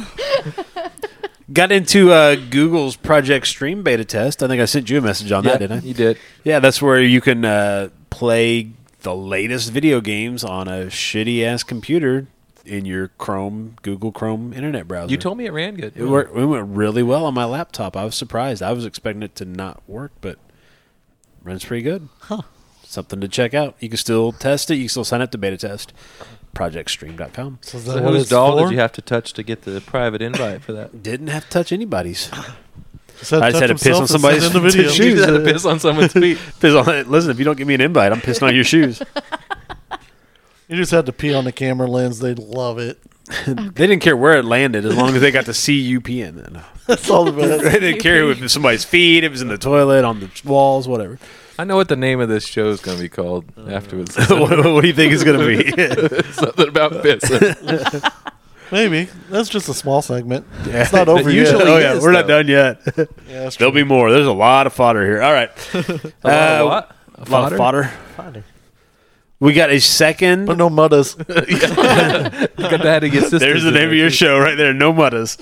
Got into uh, Google's Project Stream beta test. I think I sent you a message on that, didn't I?
You did.
Yeah, that's where you can uh, play the latest video games on a shitty ass computer in your Chrome, Google Chrome internet browser.
You told me it ran good.
it worked. It went really well on my laptop. I was surprised. I was expecting it to not work, but runs pretty good. Huh. Something to check out. You can still test it. You can still sign up to beta test. ProjectStream.com.
So, is
So
that what
whose
it's
doll
for?
did you have to touch to get the private invite for that?
Didn't have to touch anybody's.
Said
I just had
touch
to piss on
himself and
somebody's
send in the video.
shoes.
You just had to piss on someone's feet.
Piss on- Listen, if you don't give me an invite, I'm pissing on your shoes.
You just had to pee on the camera lens. They'd love it.
They didn't care where it landed as long as they got to see you peeing. Then
That's all about
they didn't care if it was somebody's feet, if it was in the toilet, on the walls, whatever.
I know what the name of this show is going to be called afterwards.
what, what do you think it's going to be?
Something about pissing.
Maybe that's just a small segment. It's
Yeah.
not over
That
yet.
usually
Oh,
yeah,
is,
we're not
though.
done yet.
Yeah, that's
There'll
true.
be more. There's a lot of fodder here. All right,
A lot of
Uh,
what?
a lot of fodder. We got a second.
but no muddas.
Got to have to get sisters
There's the
in
name
there,
of your
too.
show right there. No muddas.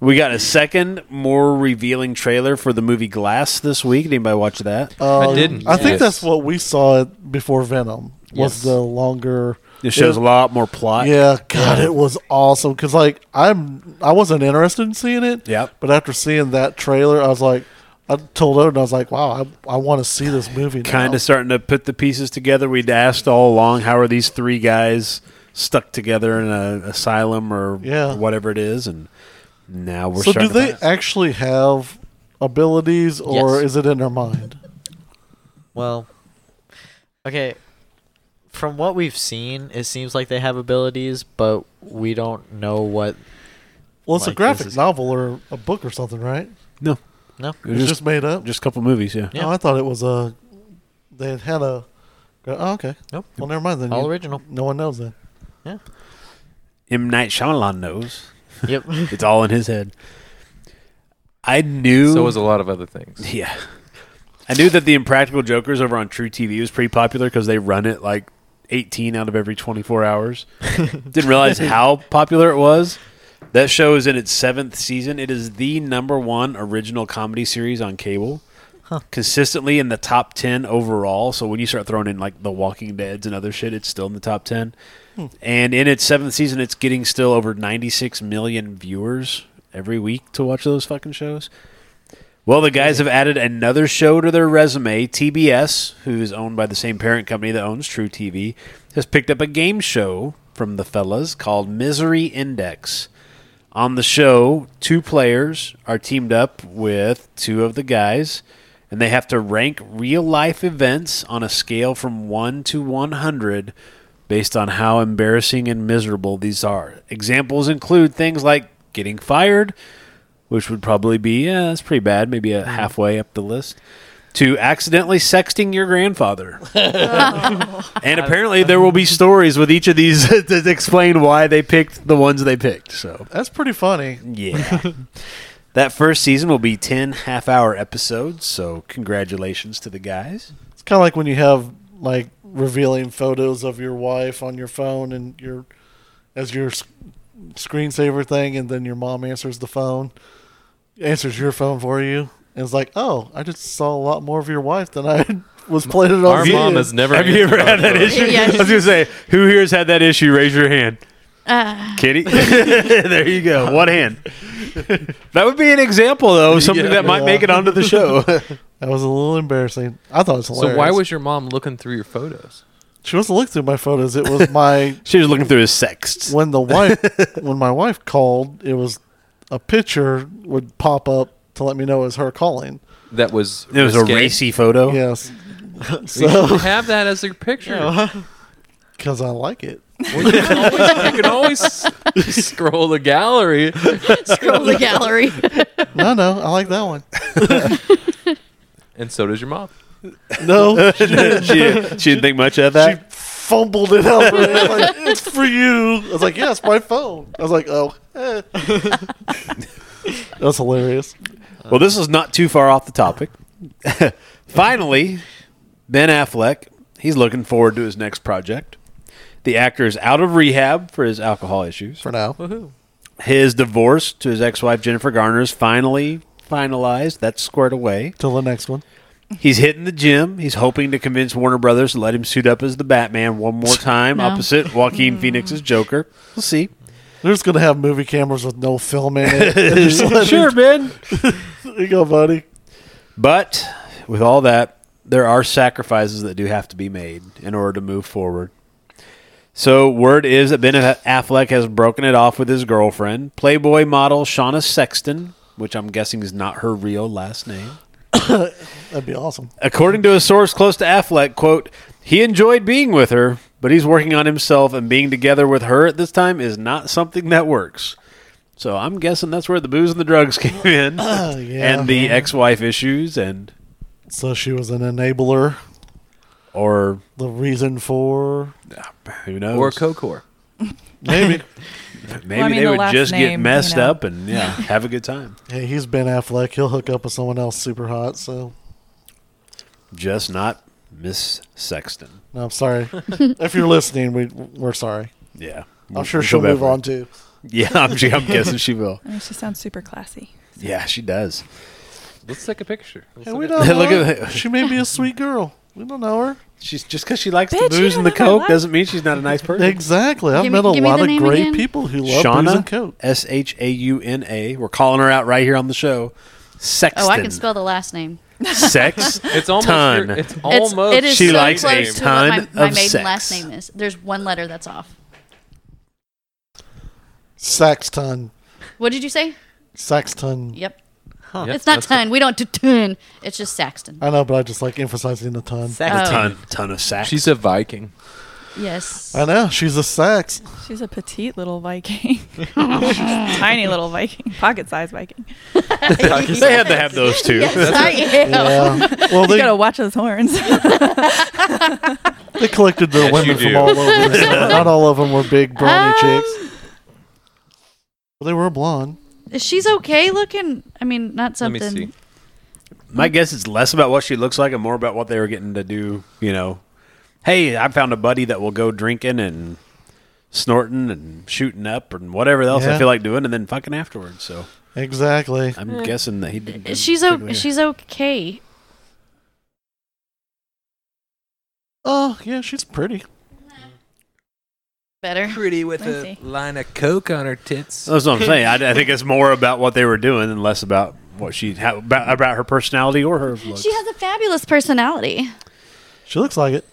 we got a second more revealing trailer for the movie Glass this week. Did anybody watch that?
Um,
didn't.
I think
Yes.
that's what we saw it before Venom was
Yes.
the longer.
It shows a lot more plot.
Yeah, God, it was awesome. Cause like I'm, I wasn't interested in seeing it.
Yep.
But after seeing that trailer, I was like, I told Odin, I was like, wow, I, I want to see this movie. now.
kind of starting to put the pieces together. We'd asked all along, how are these three guys stuck together in an asylum or
Yeah.
whatever it is? And now we're
So do
starting.
they
to find-
actually have abilities, or
Yes.
is it in their mind?
Well, okay. From what we've seen, it seems like they have abilities, but we don't know what
Well, it's
Like,
a
this
graphic
is-
novel or a book or something, right?
No,
No.
it
It's
was
just,
just
made up.
just a couple movies. Yeah,
Yeah.
Oh, I thought it was a. They had had a. Oh, okay.
Nope.
Well, never mind then.
All
You-
original.
No one knows then.
M Night Shyamalan knows.
Yep.
It's all in his head. I knew.
So is a lot of other things.
Yeah. I knew that the Impractical Jokers over on True TV was pretty popular because they run it like 18 out of every 24 hours. Didn't realize how popular it was. That show is in its seventh season. It is the number one original comedy series on cable, consistently in the top 10 overall. So when you start throwing in like The Walking Deads and other shit, it's still in the top 10. And in its seventh season, it's getting still over 96 million viewers every week to watch those fucking shows. Well, the guys have added another show to their resume. TBS, who is owned by the same parent company that owns True TV, has picked up a game show from the fellas called Misery Index. On the show, two players are teamed up with two of the guys, and they have to rank real life events on a scale from 1 to 100 based on how embarrassing and miserable these are. Examples include things like getting fired, which would probably be yeah, that's pretty bad, maybe a halfway up the list. To accidentally sexting your grandfather, and apparently there will be stories with each of these that explain why they picked the ones they picked. So
That's pretty funny.
yeah. that first season will be 10 half hour episodes, so congratulations to the guys.
It's kind of like when you have like revealing photos of your wife on your phone and your as your sc- screensaver thing, and then your mom answers the phone, answers your phone for you, and it's like, oh, I just saw a lot more of your wife than I was planning on.
Our
seeing.
mom has never.
Have you
answered
ever had
our
that
phone.
issue?
Yes.
I was going to say, who here has had that issue? Raise your hand.
Uh,
Kitty? there you go. One hand. that would be an example, though, of something
Yeah.
that might make it onto the show.
That was a little embarrassing. I thought it was hilarious.
So why was your mom looking through your photos?
she wasn't looking through my photos? It was my
she was looking through his sexts.
when the wife when my wife called, it was a picture would pop up to let me know it was her calling.
That was
It was a
risque?
racy
Oh.
photo.
Yes,
You should
so
have that as your picture.
because I like it.
Well, you can always, you can always scroll the gallery.
scroll the gallery.
No, no, I like that one.
And so does your mom.
No,
she, she didn't think much of
she
that.
fumbled it out. For it. Like, it's for you. I was like, yes, my phone. I was like, oh, eh. that's hilarious.
Well, this is not too far off the topic. Finally, Ben Affleck, he's looking forward to his next project. The actor is out of rehab for his alcohol issues.
For now,
Woohoo!
His divorce to his ex-wife Jennifer Garner is finally finalized. That's squared away.
till the next one.
He's hitting the gym. He's hoping to convince Warner Brothers to let him suit up as the Batman one more time
No.
opposite Joaquin Phoenix's Joker. We'll see.
They're just gonna have movie cameras with no film in it. And just let
sure, Ben.
There you go, buddy.
But with all that, there are sacrifices that do have to be made in order to move forward. So word is that Ben Affleck has broken it off with his girlfriend, Playboy model Shauna Sexton, which I'm guessing is not her real last name.
That'd be awesome.
According to a source close to Affleck, quote, he enjoyed being with her, but he's working on himself and being together with her at this time is not something that works. So I'm guessing that's where the booze and the drugs came in
Oh, yeah.
and the ex-wife issues and
so she was an enabler.
or
The reason for
who knows?
Or Cocor.
Maybe
maybe.
Well, I mean,
they
the
would
last
just get
name, you
messed
know.
up and yeah, have a good time.
hey, he's Ben Affleck. He'll hook up with someone else super hot. So
Just not Miss Sexton.
no, I'm sorry. if you're listening, we we're sorry.
Yeah,
I'm sure she'll move on too.
Yeah, I'm, I'm guessing she will.
I mean, she sounds super classy.
Yeah, she does.
Let's take a picture. Let's
Hey,
look
we
at-
don't know.
Look at that.
She may be a sweet girl. We don't know her.
She's just because she likes
Bitch,
the
you
booze
don't
and the
know my
coke
life.
doesn't mean she's not a nice person.
Exactly. I've
Give me-
met a
give me
lot
the
of
name
great
again.
people who love booze and
Shauna
coke.
S H A U N A. We're calling her out right here on the show. Sexton.
Oh, I can spell the last name.
sex.
It's almost.
Ton.
your- it's
It's-
almost.
It is
She
so
likes
close
a
to what
ton
my, my
of
maiden
sex.
last name is. There's one letter that's off.
Saxton.
What did you say?
Saxton.
Yep.
Yep,
it's not
that's the-
ton. We don't do ton. It's
Uh,
just Saxton.
Oh.
I know, but I just like emphasizing the ton.
Sexy.
Ton, ton of sex.
She's a Viking.
Yes.
I know she's a sex.
She's a petite little Viking. Tiny little Viking. Pocket sized Viking.
they had to have those two.
Yes, I am.
Yeah. Well,
You
they
gotta watch those horns.
they collected their
Yes, you
women
do.
from all over. so not all of them were big brawny
Um,
chicks. Well, they were blonde.
She's okay looking. I mean, not
Let me
something.
see.
My guess is less about what she looks like and more about what they were getting to do. You know, hey, I found a buddy that will go drinking and snorting and shooting up and whatever else I
Yeah.
feel like doing, and then fucking afterwards. So
Exactly.
I'm guessing that he did.
She's o- she's okay.
Oh yeah, she's pretty.
Better.
Pretty with
Let me see.
line of coke on her tits.
That's what I'm saying. I, I think it's more about what they were doing and less about what she how, about, about her personality or her looks.
She has a fabulous personality.
She looks like it.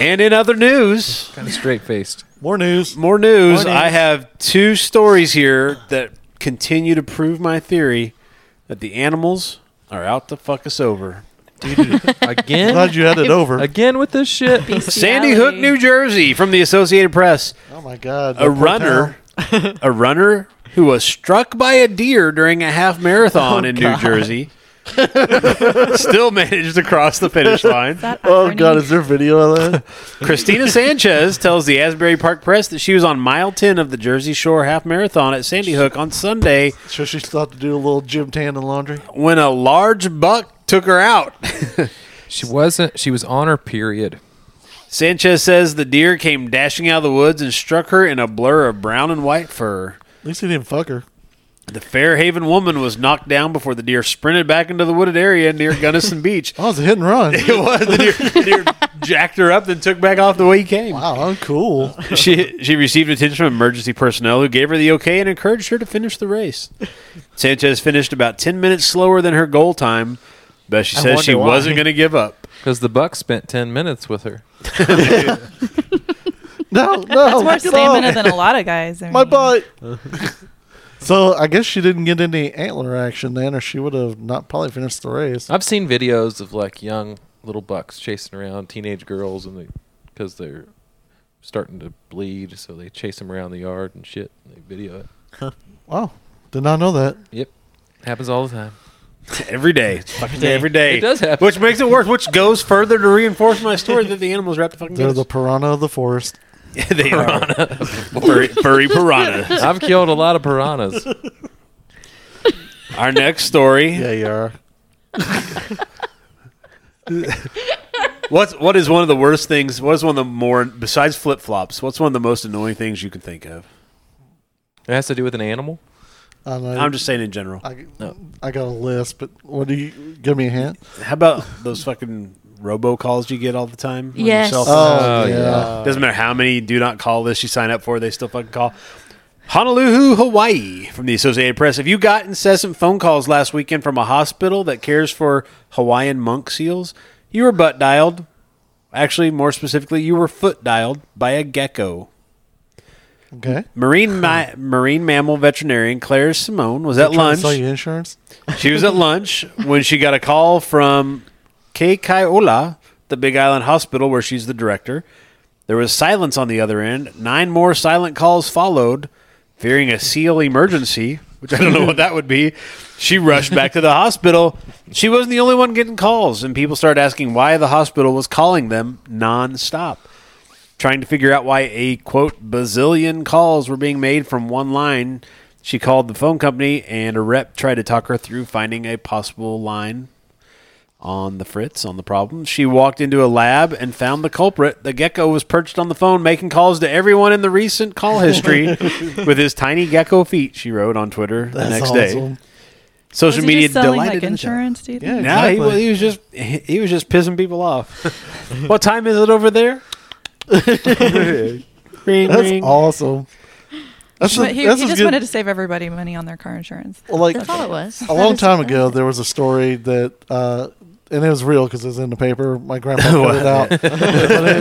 and in other news,
Kind of straight faced.
More news.
more news.
More news.
I have two stories here that continue to prove my theory that the animals are out to fuck us over.
Again?
Glad you had it over.
Again with this shit?
Sandy Hook, New Jersey, from the Associated Press.
Oh my god.
A runner, a runner who was struck by a deer during a half marathon in New Jersey, still managed to cross the finish line.
Oh god, is there video of that?
Christina Sanchez tells the Asbury Park Press that she was on mile 10 of the Jersey Shore half marathon at Sandy Hook on Sunday
so she thought to do a little gym tan and laundry.
when a large buck took her out.
She wasn't. She was on her period.
Sanchez says the deer came dashing out of the woods and struck her in a blur of brown and white fur.
At least he didn't fuck her.
The Fairhaven woman was knocked down before the deer sprinted back into the wooded area near Gunnison Beach.
Oh, it's a hit and run.
It was the deer, the deer jacked her up, then took back off the way he came.
wow, I'm cool.
She she received attention from emergency personnel who gave her the okay and encouraged her to finish the race. Sanchez finished about ten minutes slower than her goal time, but she
I
says
wonder
she
why.
wasn't going to give up.
Because the buck spent 10 minutes with her.
No, no,
More
get off.
stamina than a lot of guys. I
my
mean.
butt. so I guess she didn't get any antler action then, or she would have not probably finished the race.
Uh,
I've seen videos of like young little bucks chasing around teenage girls and they, because they're starting to bleed. So they chase them around the yard and shit. And they video it.
Wow, did not know that.
Yep. Happens all the time.
Every day, It's fucking
day.
every day,
It does happen.
which makes it worse. Which goes further to reinforce my story that the animals are out to fucking
They're
get
the
us.
piranha of the forest.
they are furry, furry piranha.
I've killed a lot of piranhas.
Our next story.
Yeah, you are.
What's what is one of the worst things? What is one of the more besides flip flops? What's one of the most annoying things you can think of?
It has to do with an animal.
I don't know.
I'm just saying in general.
I, I got a list, but what do you give me a hint?
How about those fucking robocalls you get all the time? on your
Yes.
cell phone?
Oh,
Oh,
yeah.
yeah.
Doesn't matter how many do not call lists you sign up for, they still fucking call. Honolulu, Hawaii, from the Associated Press. If you got incessant phone calls last weekend from a hospital that cares for Hawaiian monk seals, you were butt dialed. Actually, more specifically, you were foot dialed by a gecko.
Okay.
Marine ma- marine mammal veterinarian Claire Simone was at
Trying to
lunch.
Sell you insurance.
She was at lunch when she got a call from Ke Kaiola, the Big Island Hospital, where she's the director. There was silence on the other end. Nine more silent calls followed, fearing a seal emergency, which I don't know what that would be. She rushed back to the hospital. She wasn't the only one getting calls, and people started asking why the hospital was calling them nonstop, trying to figure out why a quote bazillion calls were being made from one line. She called the phone company, and a rep tried to talk her through finding a possible line on the fritz on the problem. She walked into a lab and found the culprit. The gecko was perched on the phone, making calls to everyone in the recent call history with his tiny gecko feet. She wrote on Twitter the
That's
next
awesome.
day. Social
Was he
media
just selling
delighted
like
in the job.
insurance, do you think?
Yeah,
No, he
exactly.
was, he was just he he was just pissing people off. what time is it over there? ring,
That's
ring.
awesome. That's
But
a-
he,
that's
he
as
just
good-
wanted to save everybody money on their car insurance.
well, like
That's all it was.
a long time ago, there was a story that, uh, and it was real because it was in the paper. My grandpa put it out. But it,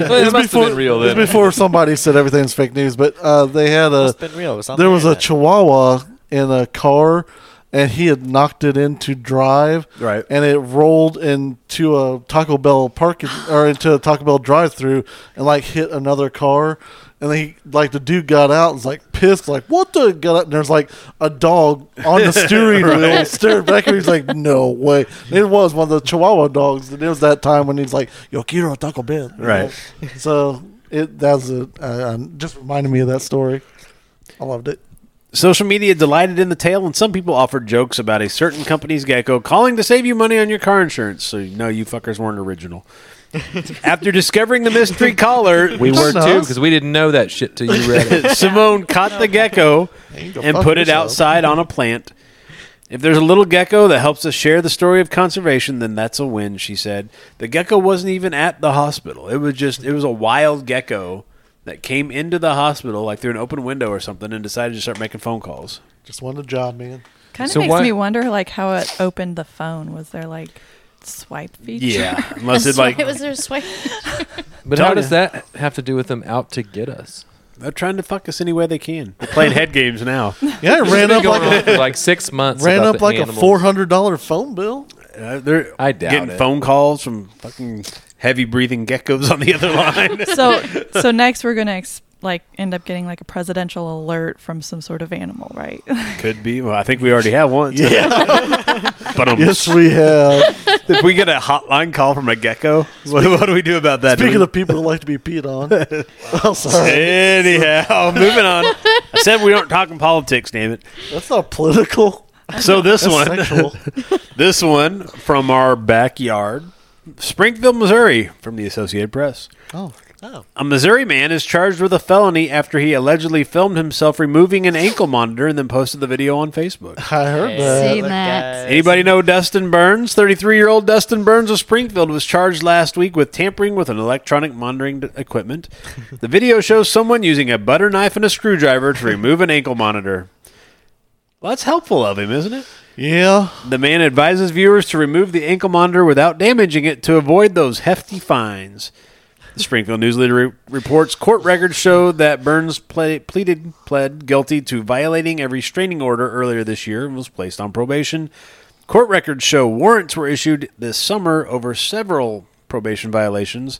Well, it
was
must have
before,
been real
it was
then.
before somebody said everything's fake news. But uh, they had a
It's been real. It on
there
the
was a
internet.
Chihuahua in a car, and he had knocked it into drive,
Right.
And it rolled into a Taco Bell parking or into a Taco Bell drive-through and like hit another car. And then he like the dude got out and was like pissed, like what the got out and there's like a dog on the steering wheel staring back and he's like, No way. And it was one of the Chihuahua dogs, and it was that time when he's like, Yo quiero a Taco Bell. you know?
Right.
So it that was a, uh, um, just reminded me of that story. I loved it.
Social media delighted in the tale, and some people offered jokes about a certain company's gecko calling to save you money on your car insurance. So, no, you fuckers weren't original. After discovering the mystery caller,
We were
That's
too
nice.
because we didn't know that shit till you read it.
Simone caught the gecko
go
and
fuck
put it
yourself.
outside on a plant. If there's a little gecko that helps us share the story of conservation, then that's a win, she said. The gecko wasn't even at the hospital. It was just it was a wild gecko that came into the hospital like through an open window or something and decided to start making phone calls.
Just wanted a job, man.
Kind of
So
makes
why-
me wonder, like how it opened the phone. Was there like swipe feature?
Yeah, unless it
So
like
it was their swipe.
But how
Tanya.
does that have to do with them out to get us?
they're trying to fuck us any way they can. They're playing head games now.
Yeah, it ran
Been
up
going
like
on for like six
a,
months.
ran
about
up
the
like a
animals.
four hundred dollar phone bill.
Uh, they're
I doubt
getting
it.
phone calls from fucking heavy breathing geckos on the other line.
So so next we're gonna ex- like end up getting like a presidential alert from some sort of animal, right?
Could be. Well, I think we already have one.
Yeah,
But um,
yes, we have.
if we get a hotline call from a gecko, what, what do we do about that?
Speaking
Do
of people who like to be peed on, oh,
we-
sorry,
anyhow, moving on. I said we aren't talking politics, damn it.
that's not political.
So this
That's
one,
sexual.
this one from our backyard, Springfield, Missouri, from the Associated Press.
Oh, oh,
A Missouri man is charged with a felony after he allegedly filmed himself removing an ankle monitor and then posted the video on Facebook.
I heard
See,
that.
Seen
look,
that.
guys.
Anybody know Dustin Burns? 33 year old Dustin Burns of Springfield was charged last week with tampering with an electronic monitoring d- equipment. the video shows someone using a butter knife and a screwdriver to remove an ankle monitor. Well, that's helpful of him, isn't it?
Yeah,
The man advises viewers to remove the ankle monitor without damaging it to avoid those hefty fines. The Springfield News Leader re- reports court records show that Burns ple- pleaded pled guilty to violating a restraining order earlier this year and was placed on probation. Court records show warrants were issued this summer over several probation violations,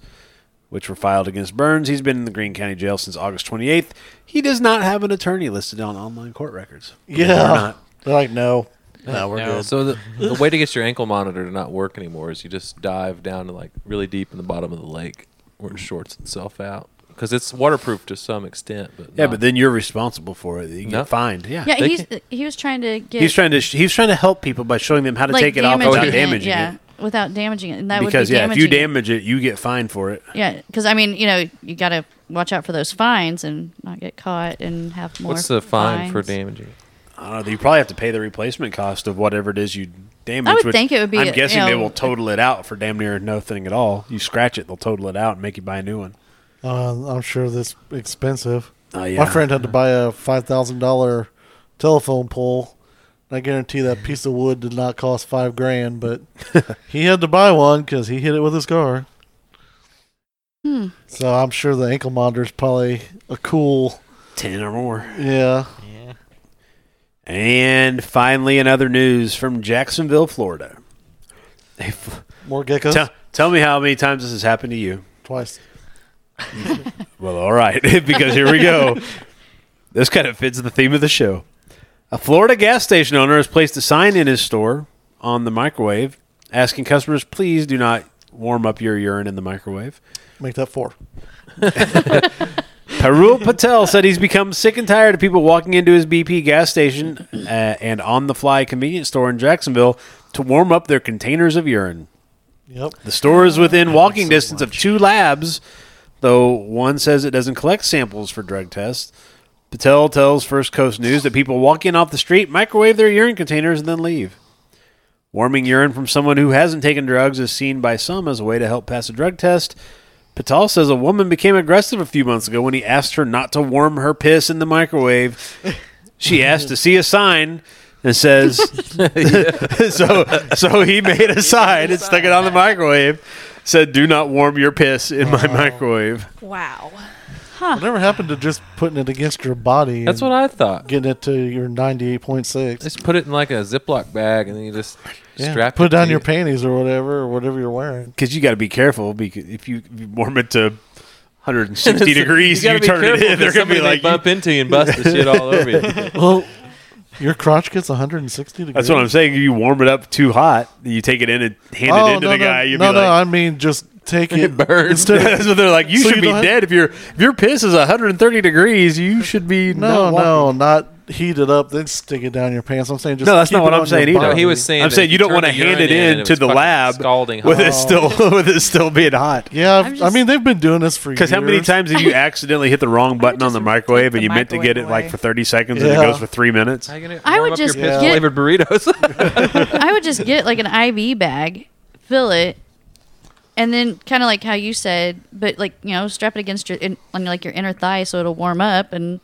which were filed against Burns. He's been in the Greene County Jail since August 28th. He does not have an attorney listed on online court records.
yeah. They're like, no, no, we're
No.
good.
So the, the way to get your ankle monitor to not work anymore is you just dive down to like really deep in the bottom of the lake where it shorts itself out because it's waterproof to some extent. But
Yeah,
not-
but then you're responsible for it. You get
No.
fined. Yeah.
Yeah,
They
he's, he was trying to get.
He's trying to sh- he's trying to help people by showing them how to
like,
take it off
damaging
without damaging
yeah,
it.
without damaging it, and that
Because
would be
yeah, if you
damaging it.
damage it, you get fined for it.
Yeah, because I mean, you know, you got to watch out for those fines and not get caught and have more.
what's the fine for
fines.
damaging?
I don't know. You probably have to pay the replacement cost of whatever it is you damage.
I would
which
think it would be,
I'm
you
guessing they
know,
will total it out for damn near nothing at all. You scratch it, they'll total it out and make you buy a new one.
Uh, I'm sure that's expensive.
Oh, yeah.
My friend had to buy a five thousand dollar telephone pole. And I guarantee that piece of wood did not cost five grand, but he had to buy one because he hit it with his car.
Hmm.
So I'm sure the ankle monitor's probably a cool,
Ten or more.
yeah.
Yeah.
And finally, in other news from Jacksonville, Florida. Hey, f-
More geckos
tell- tell me how many times this has happened to you.
twice.
Well, all right, because here we go. This kind of fits the theme of the show. A Florida gas station owner has placed a sign in his store on the microwave asking customers, please do not warm up your urine in the microwave.
Make that four.
Parul Patel said he's become sick and tired of people walking into his BP gas station uh, and on the fly convenience store in Jacksonville to warm up their containers of urine.
Yep.
The store is within walking distance of two labs, though one says it doesn't collect samples for drug tests. Patel tells First Coast News that people walk in off the street, microwave their urine containers, and then leave. Warming urine from someone who hasn't taken drugs is seen by some as a way to help pass a drug test. Patel says a woman became aggressive a few months ago when he asked her not to warm her piss in the microwave. She asked to see a sign that says so so he made a sign and stuck it on the microwave. Said, "Do not warm your piss in my microwave."
Wow.
Whatever happened to just putting it against your body?
That's
and
what I thought.
getting it to your ninety-eight point six.
Just put it in like a Ziploc bag, and then you just strap
Put it down
to
your panties or whatever, or whatever you're wearing.
because you got to be careful because if you, if you warm it to 160 degrees,
You
you,
gotta be
turn it
careful
in, they're
'cause
gonna be
somebody may
like,
bump into you and bust the shit all over you.
well, your crotch gets 160 degrees.
that's what I'm saying. You warm it up too hot, you take it in and hand
Oh,
it into
no,
the
no,
guy. You'd
no,
be
no,
like,
I mean just take it.
burns.
Instead
that's
of,
what they're like. You
So you
should be
don't have-
dead if your if your piss is 130 degrees. You should be
no,
not walking.
no, not heat it up, then stick it down your pants. I'm saying just
No, that's
keep
not what
it
I'm
on
saying
your
either.
No,
body.
he was saying.
I'm
that
saying
if
you don't
turn
wanna
the
hand
urine
it in
it was
to the
fucking
lab
scalding hot.
with it still with it still being hot.
Yeah,
I'm
I've- I
just-
mean they've been doing this for years.
Because how many times have you accidentally hit the wrong button on
just
the microwave
take
and
the
you meant to get it
microwave
like
away.
for 30 seconds and it
Yeah.
goes for three minutes?
How you gonna
I
warm
would
up your
just
piss
get-
flavored burritos.
I would just get like an IV bag, fill it, and then kind of like how you said, but like you know, strap it against your in, on like your inner thigh so it'll warm up, and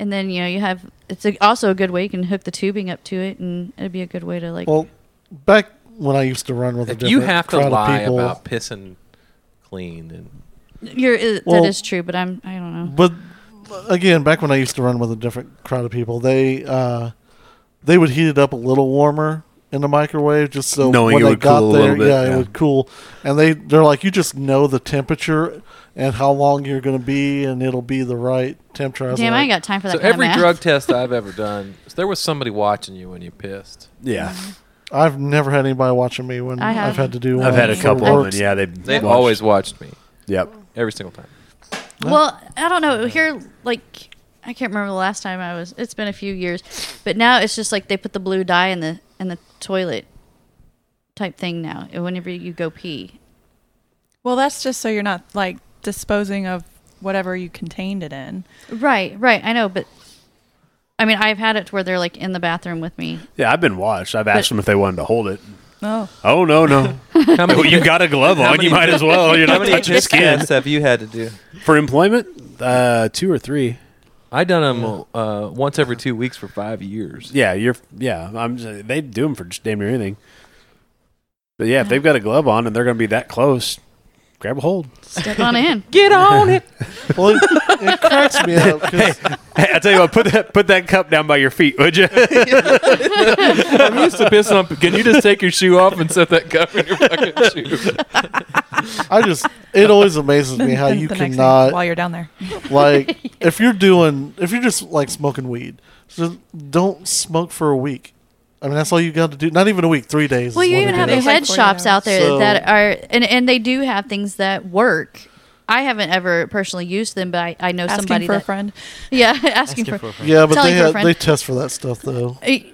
and then you know you have it's a, also a good way you can hook the tubing up to it, and it'd be a good way to like.
Well, back when I used to run with a
if
different
you have to
crowd of
lie
people,
about pissing clean, and
you're, uh,
well-
that is true, but I'm I don't know.
But again, back when I used to run with a different crowd of people, they uh, they would heat it up a little warmer in the microwave just so
Knowing
when
it
they
would
got
cool a
there,
little bit,
yeah,
yeah.
it would cool. And they they're like, you just know the temperature and how long you're going to be, and it'll be the right temperature. I was
Damn, I ain't
like,
got time for that.
so
kind
every
of math.
drug test I've ever done, there was somebody watching you when you pissed.
Yeah.
I've never had anybody watching me when
I have.
I've had to do.
I've
one
had a
for
couple
work.
of them. Yeah, they've,
They've
watched-
always watched me
Yep.
every single time.
Well, I don't know. Here, like, I can't remember the last time I was. It's been a few years, but now it's just like they put the blue dye in the in the toilet type thing now. Whenever you go pee,
Well, that's just so you're not like disposing of whatever you contained it in.
right, right. I know, but I mean, I've had it to where they're like in the bathroom with me.
Yeah, I've been watched. I've asked them if they wanted to hold it.
Oh,
Oh no, no.
How many,
well, you got a glove on. You
many-
might as well. You're
how
not
many
touching
piss
skin
tests have you had to do?
for employment. Uh, two or three.
I done them uh, once every two weeks for five years.
Yeah, you're. Yeah, I'm. just- They do them for just damn near anything. But yeah, if they've got a glove on and they're going to be that close, grab a hold.
Step on in.
get on it.
Well, it, it cracks me up 'cause
Hey, I tell you what, put that put that cup down by your feet, would you?
I'm used to pissing on. Can you just take your shoe off and set that cup in your fucking shoe?
I just it always amazes me how
Then
you
the next thing,
cannot
while you're down there.
like if you're doing if you're just like smoking weed so don't smoke for a week i mean that's all you got to do not even a week three days
Well,
is
you
what
even
it
have the
is.
There's like
head
48
shops out there
hours.
that are, and, and they do have things that work. I haven't ever personally used them, but I, I know
Asking
somebody
for a
that-
friend.
Yeah, asking,
Asking
for
for a friend.
yeah but
telling
they
for a
had,
friend.
they test for that stuff though
I-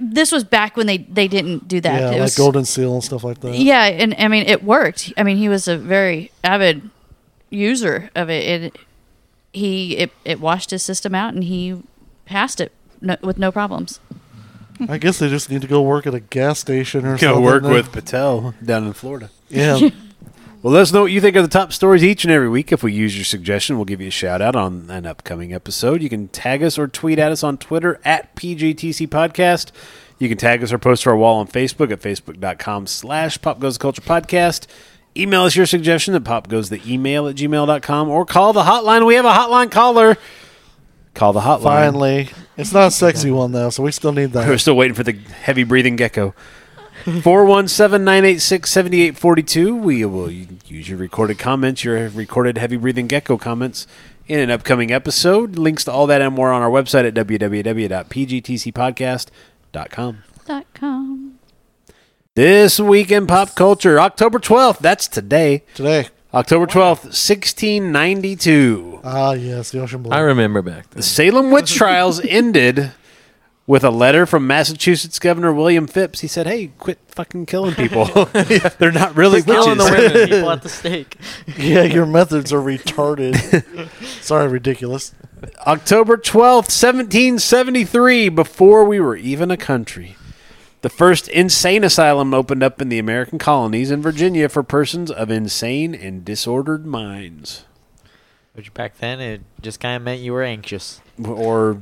this was back when they they didn't do that.
yeah
it
like
was,
golden seal and stuff like that
Yeah, and I mean it worked. I mean he was a very avid user of it, and he it it washed his system out, and he passed it no, with no problems.
i guess they just need to go work at a gas station or
Go
something
work
then.
with Patel down in Florida.
yeah
Well, let us know what you think of the top stories each and every week. If we use your suggestion, we'll give you a shout out on an upcoming episode. You can tag us or tweet at us on Twitter at PGTC Podcast. You can tag us or post to our wall on Facebook at facebook.com slash pop goes the culture podcast. Email us your suggestion at pop goes the email at gmail.com or call the hotline. We have a hotline caller. Call the hotline.
finally it's not a sexy one though so we still need
We're
that
still waiting for the heavy breathing gecko. 417 986 7842. We will use your recorded comments, your recorded heavy breathing gecko comments in an upcoming episode. Links to all that and more on our website at www.pgtcpodcast.com.
Dot com.
This week in pop culture, October 12th, that's today.
today
October 12th, 1692.
ah yes the ocean blue
I remember back then.
The Salem witch trials ended with a letter from Massachusetts Governor William Phipps. He said, "Hey, quit fucking killing people. They're not really
Quit killing
witches."
the women, people at the stake.
yeah your methods are retarded sorry ridiculous
October 12th, 1773, before we were even a country. The first insane asylum opened up in the American colonies in Virginia for persons of insane and disordered minds.
Which back then it just kind of meant you were anxious.
Or,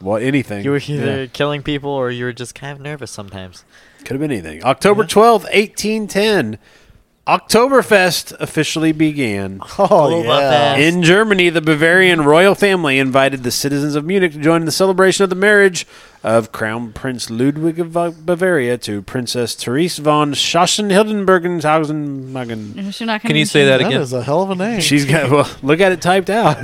well, anything.
You were either killing people or you were just kind of nervous sometimes.
Could have been anything. October twelfth, eighteen ten. Oktoberfest officially began.
Oh, yeah.
Oktoberfest.
In Germany, the Bavarian royal family invited the citizens of Munich to join in the celebration of the marriage of Crown Prince Ludwig of Ba- Bavaria to Princess Therese von Sachsen Hildenbergen Tausenmagen.
You're not
Can
gonna
you say that
That
again?
is a hell of a name.
She's got, well, look at it typed out.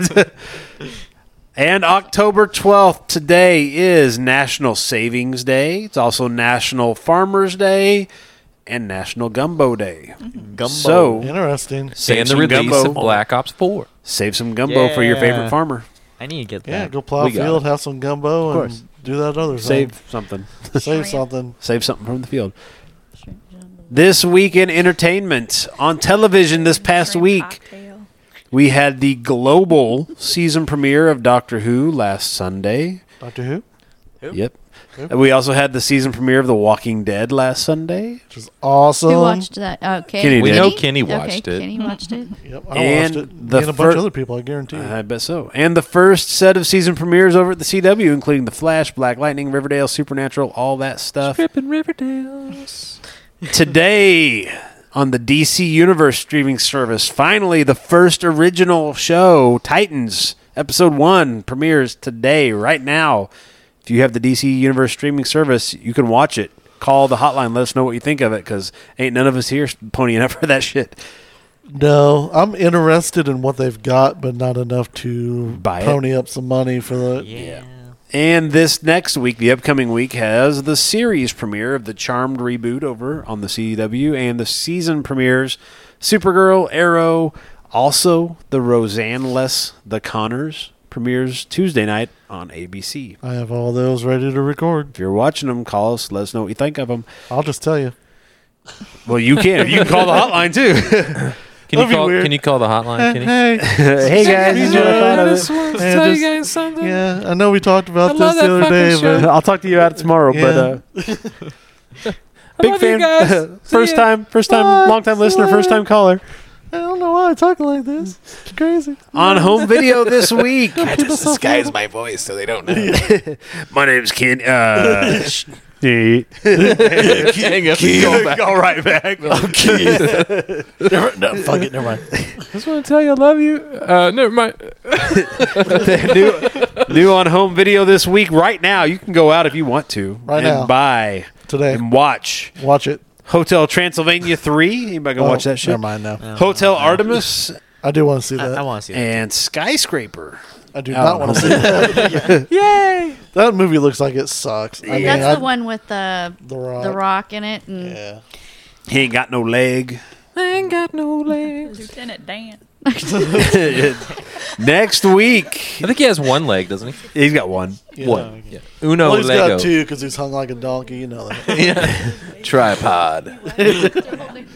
and October 12th, today is National Savings Day. It's also National Farmers Day and National Gumbo Day.
Gumbo.
So,
Interesting.
save
Mm-hmm. and the
some
release
gumbo.
of Black Ops Four.
Save some gumbo for your favorite
Yeah.
farmer.
I need to get that.
Yeah, go plow
We got
field, have some gumbo,
Of course.
and do that other thing.
Save something.
Save something.
Save something from the field. This week in entertainment on television this past
Shrimp
week,
cocktail.
we had the global season premiere of Doctor Who last Sunday.
Doctor Who,
Yep.
Yep.
And we also had the season premiere of The Walking Dead last Sunday.
which is awesome.
Who watched that? Okay.
Kenny
We
did.
know Kenny watched
okay,
it.
Kenny watched it.
Yep, I
And
watched it.
the
and a bunch
fir-
of other people, I guarantee. you.
I bet so. And the first set of season premieres over at the CW, including The Flash, Black Lightning, Riverdale, Supernatural, all that stuff.
Ripping Riverdales.
Today on the DC Universe streaming service, finally the first original show, Titans, episode one, premieres today, right now. If you have the DC Universe streaming service, you can watch it. Call the hotline. Let us know what you think of it because ain't none of us here ponying up for that shit.
No, I'm interested in what they've got, but not enough to
Buy it?
pony up some money for the.
Yeah.
And this next week, the upcoming week, has the series premiere of the Charmed reboot over on the CW and the season premieres Supergirl, Arrow, also the Roseanne less The Connors premieres Tuesday night on ABC.
I have all those ready to record.
If you're watching them, call us. Let us know what you think of them.
I'll just tell you.
Well, you can. You can call the hotline too.
Can you
That'd be
call?
weird.
Can you call the hotline, Kenny?
Eh, Hey,
hey guys, this is what I thought of it.
to tell you guys something. Yeah, I know we talked about this the other day, but
I'll talk to you about it tomorrow. But uh, big fan, first time, first time,
Bye.
long time listener,
See ya.
first time caller.
I don't know why I talk like this. It's crazy.
on home video this week.
Disguise my
My name's Ken. Uh, All right, back.
no, fuck it, Oh, never mind.
just want to tell you I love you. Uh, never mind.
new, new on home video this week. Right now, you can go out if you want to
Right
and
now.
buy
Today,
and watch
watch it.
Hotel Transylvania three. Anybody gonna
Oh,
watch that shit?
Never mind now.
No,
Hotel
no, no.
Artemis
I do want to see
I,
that. I,
want to see that.
and Skyscraper.
do not want to see that.
Yay!
That movie looks like it sucks. I mean,
That's
I,
the one with the
The Rock.
the rock in it, and
Yeah.
He ain't got no leg.
Lieutenant Dan.
Next week,
I think he has one leg, doesn't he?
he's got one.
yeah.
What?
Oh,
Uno
Well, he's
Lego
got two because he's hung like a donkey. You know that.
tripod.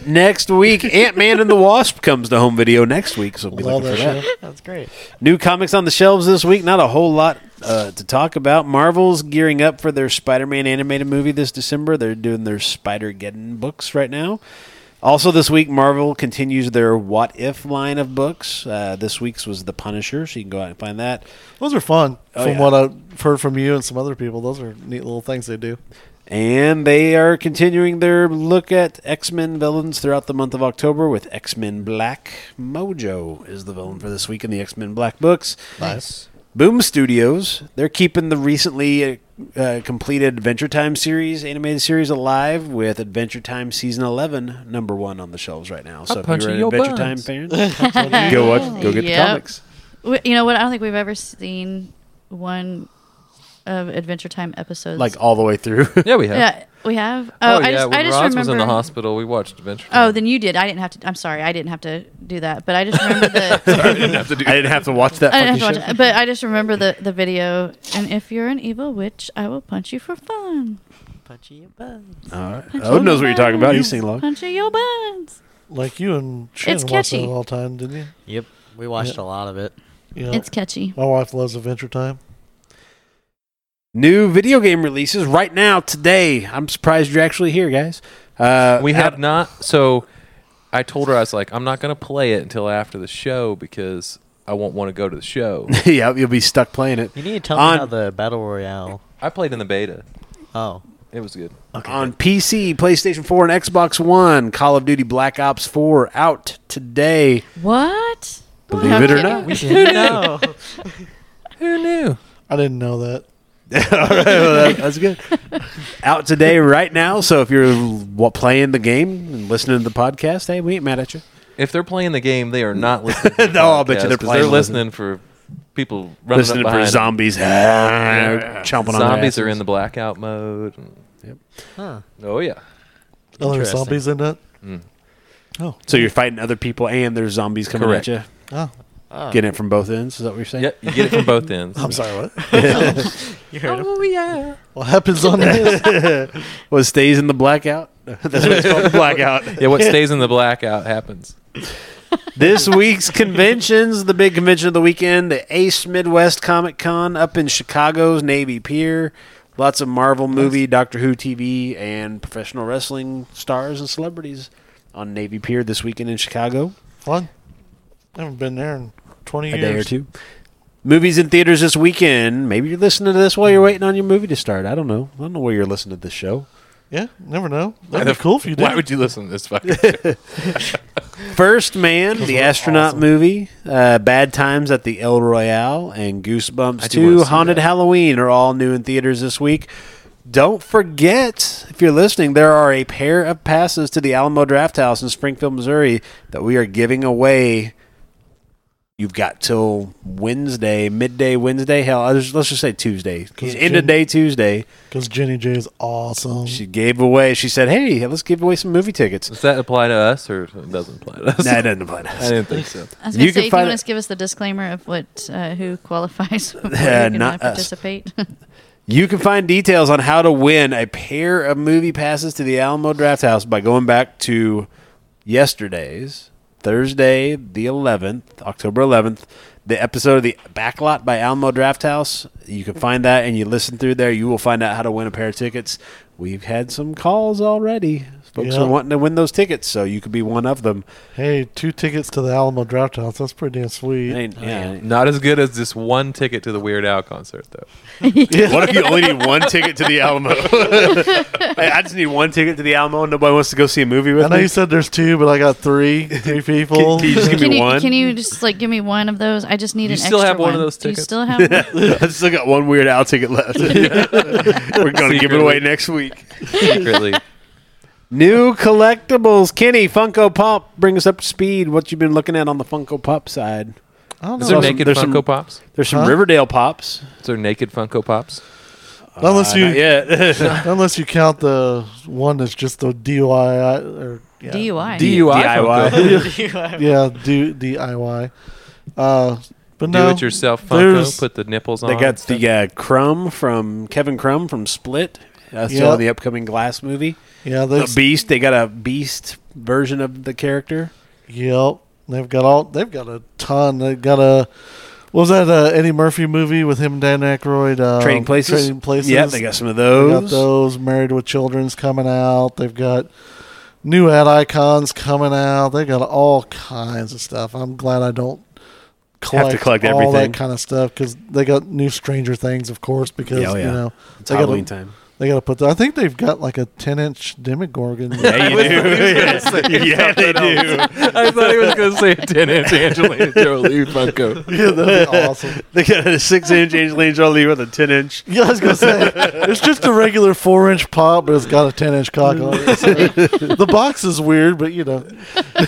Next week, Ant Man and the Wasp comes to home video next week, so we'll be
Love
looking
that
for that.
shit.
That's great.
New comics on the shelves this week. Not a whole lot uh, to talk about. Marvel's gearing up for their Spider-Man animated movie this December. They're doing their Spider-Geddon books right now. Also this week, Marvel continues their What If line of books. Uh, this week's was The Punisher, so you can go out and find that.
Those are fun.
Oh,
from
yeah.
what I've heard from you and some other people, those are neat little things they do.
And they are continuing their look at X Men villains throughout the month of October with X Men Black. Mojo is the villain for this week in the X Men Black books.
Nice.
Boom Studios, they're keeping the recently uh, uh, completed Adventure Time series, animated series alive with Adventure Time Season 11, number one on the shelves right now. So if
punch
you're an
your
Adventure
buns.
Time fan, go, watch, go get
Yep.
the comics.
we- you know what? I don't think we've ever seen one of Adventure Time episodes.
Like all the way through.
Yeah, we have.
yeah, we have. Oh, I
yeah.
just,
when
I just
Roz
remember
was in the hospital, we watched Adventure.
Oh, then you did. I didn't have to. I'm sorry, I didn't have to do that. But I just remember the.
I didn't have to do I didn't have to watch that
I didn't
fucking
have to watch
shit.
it, but I just remember the, the video. And if you're an evil witch, I will punch you for fun.
Punchy your butt.
All right. Odin
Punch you
knows what
in
you're
the
talking about. He's
buns.
seen long.
Punch you in your buns.
Like you and Shannon watched
catchy.
it all the time, didn't you?
Yep. We watched a lot of it.
you know,
It's catchy.
my wife loves Adventure Time.
New video game releases right now today. I'm surprised you're actually here, guys. Uh,
we have
out-
not. So I told her I was like, I'm not gonna play it until after the show because I won't want to go to the show.
yeah, you'll be stuck playing it.
You need to tell
On-
me how the battle royale.
I played in the beta.
Oh,
It was good.
On PC, PlayStation 4, and Xbox One, Call of Duty Black Ops 4 out today.
What?
Believe
I'm
it or
kidding.
not.
We didn't know.
Who knew?
I didn't know that.
That's good. out today, right now. So if you're wa- playing the game and listening to the podcast, hey, we ain't mad at you.
If they're playing the game, they are not listening. To the
No, I'll bet you
podcast,
they're
'cause
playing
They're
listening.
listening for people running
Listening
up
for
behind. them.
zombies chomping on
Zombies are in
the.
the blackout mode. and-
Huh.
Oh yeah.
Are there
Interesting.
zombies in that?
So you're fighting other people and there's zombies coming
Correct.
at you.
Oh,
Oh,
Getting it from both ends. Is that what you're saying?
Yeah, you get it from both ends.
I'm sorry. What?
you heard him.
Oh, yeah.
What happens on this?
What stays in the blackout? That's what it's called, blackout.
Yeah, what stays in the blackout happens.
this week's conventions, the big convention of the weekend, the Ace Midwest Comic Con up in Chicago's Navy Pier. Lots of Marvel movie, Doctor Who TV, and professional wrestling stars and celebrities on Navy Pier this weekend in Chicago.
Fun. I haven't been there in 20
A
years.
day or two. Movies in theaters this weekend. Maybe you're listening to this while you're waiting on your movie to start. I don't know. I don't know where you're listening to this show.
Yeah, never know. That'd be cool if you did.
Why would you listen to this? Fucking
First Man, the
we're
astronaut
awesome.
movie, uh, Bad Times at the El Royale, and Goosebumps
I do wanna
2
see
Haunted
that.
Halloween are all new in theaters this week. Don't forget, if you're listening, there are a pair of passes to the Alamo Draft House in Springfield, Missouri that we are giving away. You've got till Wednesday, midday Wednesday. Hell, I just- let's just say Tuesday.
'Cause
End of
Jen-
day Tuesday.
Because Jenny J is awesome.
She gave away, she said, hey, let's give away some movie tickets.
Does that apply to us or it doesn't apply to us?
nah, it doesn't apply to us.
I didn't think so.
I was gonna
You can
say, if you
find
want
it-
to give us the disclaimer of what uh, who qualifies, before
Uh,
you can,
not
uh,
us.
participate.
You can find details on how to win a pair of movie passes to the Alamo Draft House by going back to yesterday's Thursday, the 11th, October 11th, the episode of the Backlot by Alamo Draft House. You can find that and you listen through there. You will find out how to win a pair of tickets. We've had some calls already. Folks
Yeah.
are wanting to win those tickets, so you could be one of them.
Hey, two tickets to the Alamo Draft House. That's pretty damn sweet.
Ain't- yeah.
Not as good as this one ticket to the Weird Al concert though.
What if you only need one ticket to the Alamo? Hey, I just need one ticket to the Alamo. and Nobody wants to go see a movie with
I know
me.
you said there's two, but I got three. Three people.
Can you just give
can
me
you
one?
can you just like give me one of those? I just need
You
an
still
extra
have one of those
Do you
tickets?
still have one?
I still got one Weird Al ticket left. We're going to give it
Secretly.
away next week.
Secretly.
New collectibles. Kenny, Funko Pop, bring us up to speed. What you've been looking at on the Funko Pop side.
I don't
Is
There's some-
know.
there naked
there's
Funko
some-
Pops?
There's some
Huh?
Riverdale Pops. Uh,
Is there naked Funko Pops?
Unless you-
not yet.
Unless you count the one that's just the DIY or yeah,
DUI.
DIY.
Funko.
Yeah, do DIY. Uh, but no,
Do it yourself
There's-
Funko. Put the nipples on.
they got
stuff.
the uh, Crumb from Kevin Crumb from Split. Uh, still
Yep.
in the upcoming Glass movie.
yeah, they
The Beast. They got a Beast version of the character.
yep, they've got all they've got a ton. They've got a what was that uh, Eddie Murphy movie with him and Dan Aykroyd? Um,
Trading Places.
Trading Places.
Yeah, they got some of
They
those.
got those. Married with Children's coming out. They've got new ad icons coming out. They got all kinds of stuff. I'm glad I don't collect,
collect
all
everything.
that kind of stuff because they got new Stranger Things, of course, because
Yeah, oh, yeah.
you know
It's
they
Halloween
got
time.
they got to put. The, I think they've got like a 10 inch Demogorgon.
Yeah, you do. yeah, they do.
I thought he was going to say a 10 inch Angelina Jolie Funko.
yeah, that'd be awesome.
They got a six inch Angelina Jolie with a ten inch.
Yeah, I was gonna say it's just a regular four inch pop, but it's got a 10 inch cock on it. So, the box is weird, but you know,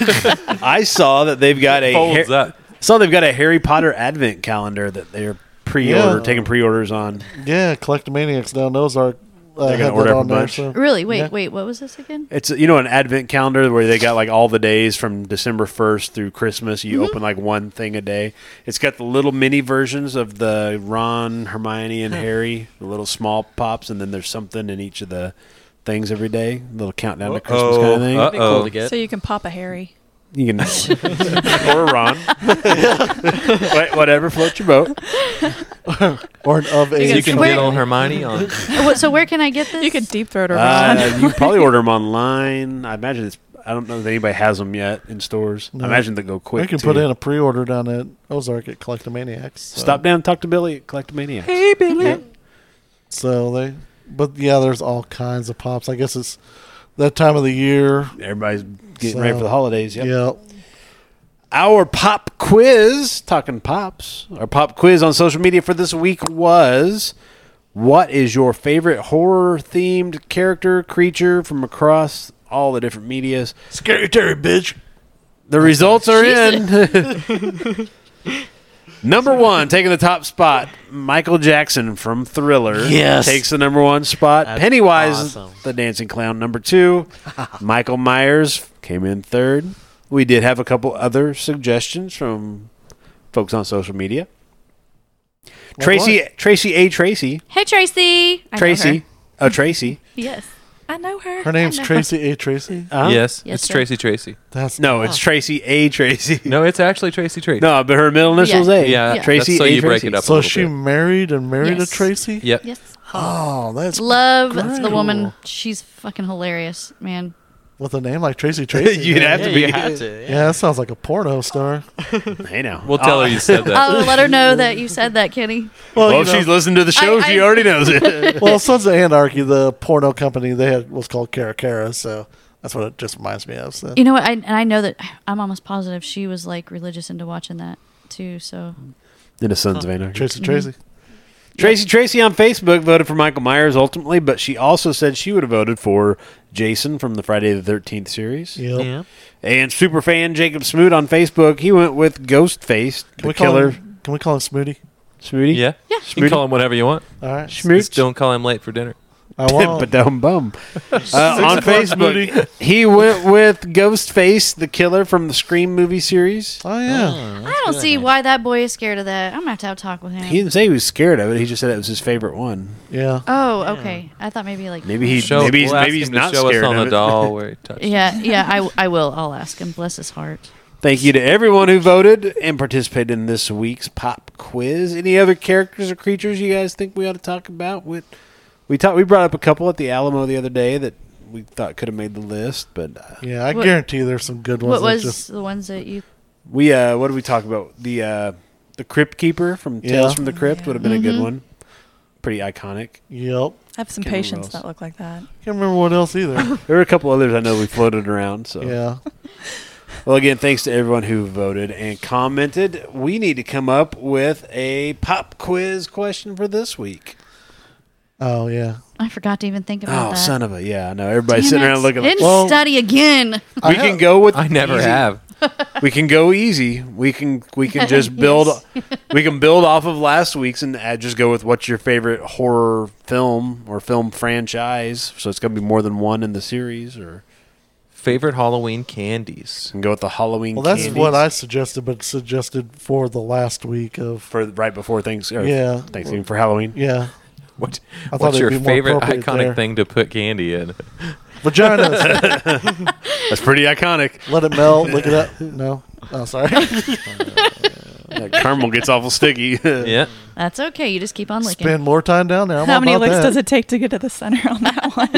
I saw that they've got a
Folds
Har-
up.
saw they've got a Harry Potter advent calendar that they're pre-order
Yeah.
taking pre-orders on.
yeah, Collectomaniacs down those are. Uh,
They're gonna
have that
order up
on
a
there,
bunch.
so-
Really? Wait,
Yeah.
wait. What was this again?
It's you know an advent calendar where they got like all the days from December first through Christmas. You open like one thing a day. It's got the little mini versions of the Ron, Hermione, and Harry, the little small pops, and then there's something in each of the things every day. Little countdown to Christmas kind of thing.
Uh-oh.
That'd be cool to get.
So you can pop a Harry.
You can or Ron, Wha- whatever floats your boat.
or an of
You
age.
You can
Wait.
get on Hermione on.
Oh, what- so where can I get this?
You could deep throat a Ron.
Uh, you can probably order them online. I imagine it's. I don't know if anybody has them yet in stores.
No.
I imagine they go quick.
We can
too.
put in a pre-order down at Ozark at Collectomaniacs. So,
Stop down, talk to Billy at Collectomania.
hey, Billy.
So they But yeah, there's all kinds of pops. I guess it's that time of the year.
Everybody's getting ready for
So,
the holidays. Yep.
Yeah.
Our pop quiz, talking pops, our pop quiz on social media for this week was what is your favorite horror themed character, creature from across all the different medias?
Scary Terry, bitch.
The results are in. number one, taking the top spot, Michael Jackson from Thriller.
Yes.
Takes the number one spot.
That's
Uh, Pennywise,
awesome.
the dancing clown, number two. Michael Myers came in third. We did have a couple other suggestions from folks on social media. Tracy, Tracy A. Tracy,
Hey, Tracy. I know her.
Tracy, oh Tracy.
Yes.
I know her.
Her name's Tracy A. Tracy.
Huh?
Yes,
Yes,
it's
sir.
Tracy Tracy.
That's
Uh-huh. No, it's Tracy A. Tracy.
No, it's actually Tracy Tracy.
No, but her middle initials
Yeah.
A.
Yeah,
Yeah.
Tracy
that's so
A.
you
Tracy.
break it up. a
so
little
she
bit.
married and married
Yes.
a Tracy.
Yep.
Yes.
Oh, that's
Love the
Cool.
woman. She's fucking hilarious, man.
with a name like Tracy Tracy.
You'd have
yeah,
to
you
be.
have to. Yeah.
yeah, that sounds like a porno star.
Hey now.
We'll tell
Uh,
her you said that.
Oh, let her know that you said that, Kenny.
Well,
you
if
know-
she's listening to the show,
I-
she
I-
already knows it.
well, Sons of Anarchy, the porno company, they had what's called Cara Cara, so that's what it just reminds me of. So.
You know what? I, and I know that I'm almost positive she was like religious into watching that too. So
In a Sons of Anarchy.
Tracy Tracy.
Tracy Tracy on Facebook voted for Michael Myers ultimately, but she also said she would have voted for Jason from the Friday the 13th series.
Mm-hmm.
Yep.
Yeah.
And super fan Jacob Smoot on Facebook, he went with Ghostface,
Can
the
we call
killer
him? Can we call him Smooty?
Smooty.
yeah.
Yeah.
You can call him whatever you want.
All right.
Just
Smoot.
don't call him late for dinner.
I won't.
but dumb bum. Uh, on
o'clock
Facebook, he went with Ghostface, the killer from the Scream movie series.
oh yeah.
I don't see why that boy is scared of that. I'm gonna have to have a talk with him.
He didn't say he was scared of it. He just said it was his favorite one.
Yeah.
oh, okay. I thought maybe like
Maybe he
Show,
maybe he's,
we'll ask
maybe he's
him to
not
show
scared
us on
of
the
it.
doll where he touched.
Yeah, yeah. I I will. I'll ask him. Bless his heart.
Thank you to everyone who voted and participated in this week's pop quiz. Any other characters or creatures you guys think we ought to talk about? We we talked we brought up a couple at the Alamo the other day that we thought could have made the list, but uh,
Yeah. I
What-
guarantee there's some good ones.
what was
that just
the ones that you?
we uh, what did we talk about? The uh, the Crypt Keeper from Tales
Yeah. Mm-hmm.
from the Crypt would have been a good
Mhm.
one. Pretty iconic.
Yep.
I have some
Can't remember
patients
else.
that look like that.
Can't remember what else either.
There were a couple others I know we floated around. So
yeah.
Well, again, thanks to everyone who voted and commented. We need to come up with a pop quiz question for this week.
Oh yeah.
I forgot to even think about
Oh,
that.
son of a yeah! I know
Damn
everybody's sitting
it.
around looking. Like,
Didn't
Well-
study again.
we
I
can
have-
go with.
I never
easy.
have.
We can go easy. We can we can just
Yes.
build. we can build off of last week's and add, just go with what's your favorite horror film or film franchise. So it's gonna be more than one in the series, or
Favorite Halloween candies.
and go with the Halloween.
Well, that's
candies
what I suggested, but suggested for the last week of.
for right before things. Or
Yeah.
Thanksgiving for Halloween.
Yeah.
What?
I thought
What's
it'd
your
be more
favorite
appropriate
iconic
there.
thing to put candy in?
Vaginas.
That's pretty iconic.
Let it melt. Look it up. No. Oh, sorry.
That caramel gets awful sticky.
yeah.
That's okay. You just keep on licking.
Spend more time down there. I'm
How
all
many
about
licks
that.
does it take to get to the center on that one?